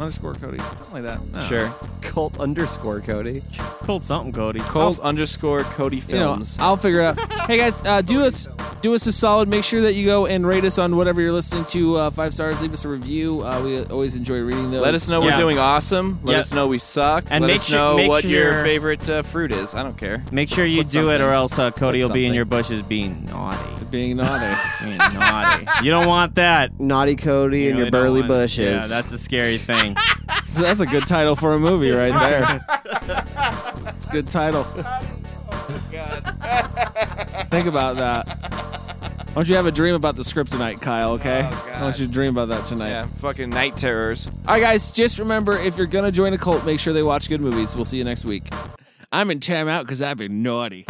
[SPEAKER 7] underscore Cody, something like that. I don't know.
[SPEAKER 8] Sure.
[SPEAKER 9] Cult underscore Cody.
[SPEAKER 10] Cult something, Cody.
[SPEAKER 8] Colt underscore Cody
[SPEAKER 7] You know,
[SPEAKER 8] Films.
[SPEAKER 7] I'll figure it out. hey guys, uh, do us do us a solid. Make sure that you go and rate us on whatever you're listening to. Uh, five stars. Leave us a review. Uh, we always enjoy reading those.
[SPEAKER 8] Let us know
[SPEAKER 10] Yeah.
[SPEAKER 8] we're doing awesome. Let
[SPEAKER 10] Yeah.
[SPEAKER 8] us know we suck.
[SPEAKER 10] And
[SPEAKER 8] Let
[SPEAKER 10] make
[SPEAKER 8] us
[SPEAKER 10] sure-
[SPEAKER 8] know
[SPEAKER 10] make
[SPEAKER 8] what your
[SPEAKER 10] sure-
[SPEAKER 8] favorite uh, fruit is. I don't care.
[SPEAKER 10] Make sure you
[SPEAKER 8] Put
[SPEAKER 10] do it,
[SPEAKER 8] something.
[SPEAKER 10] or else uh, Cody
[SPEAKER 8] Put
[SPEAKER 10] will be in
[SPEAKER 8] something.
[SPEAKER 10] your bushes being naughty.
[SPEAKER 7] being naughty.
[SPEAKER 10] Being naughty. You don't want that.
[SPEAKER 9] Naughty Cody
[SPEAKER 10] You
[SPEAKER 9] and
[SPEAKER 10] really
[SPEAKER 9] your
[SPEAKER 10] don't
[SPEAKER 9] burly
[SPEAKER 10] want it.
[SPEAKER 9] bushes.
[SPEAKER 10] Yeah, that's a scary thing.
[SPEAKER 7] So that's a good title for a movie right there. It's a good title.
[SPEAKER 8] Oh,
[SPEAKER 7] Think about that. Why don't you have a dream about the script tonight, Kyle? Okay. I want you to dream about that tonight.
[SPEAKER 8] Oh, Yeah, fucking night terrors.
[SPEAKER 7] All right, guys. Just remember, if you're gonna join a cult, make sure they watch good movies. We'll see you next week. I'm in timeout because I've been naughty.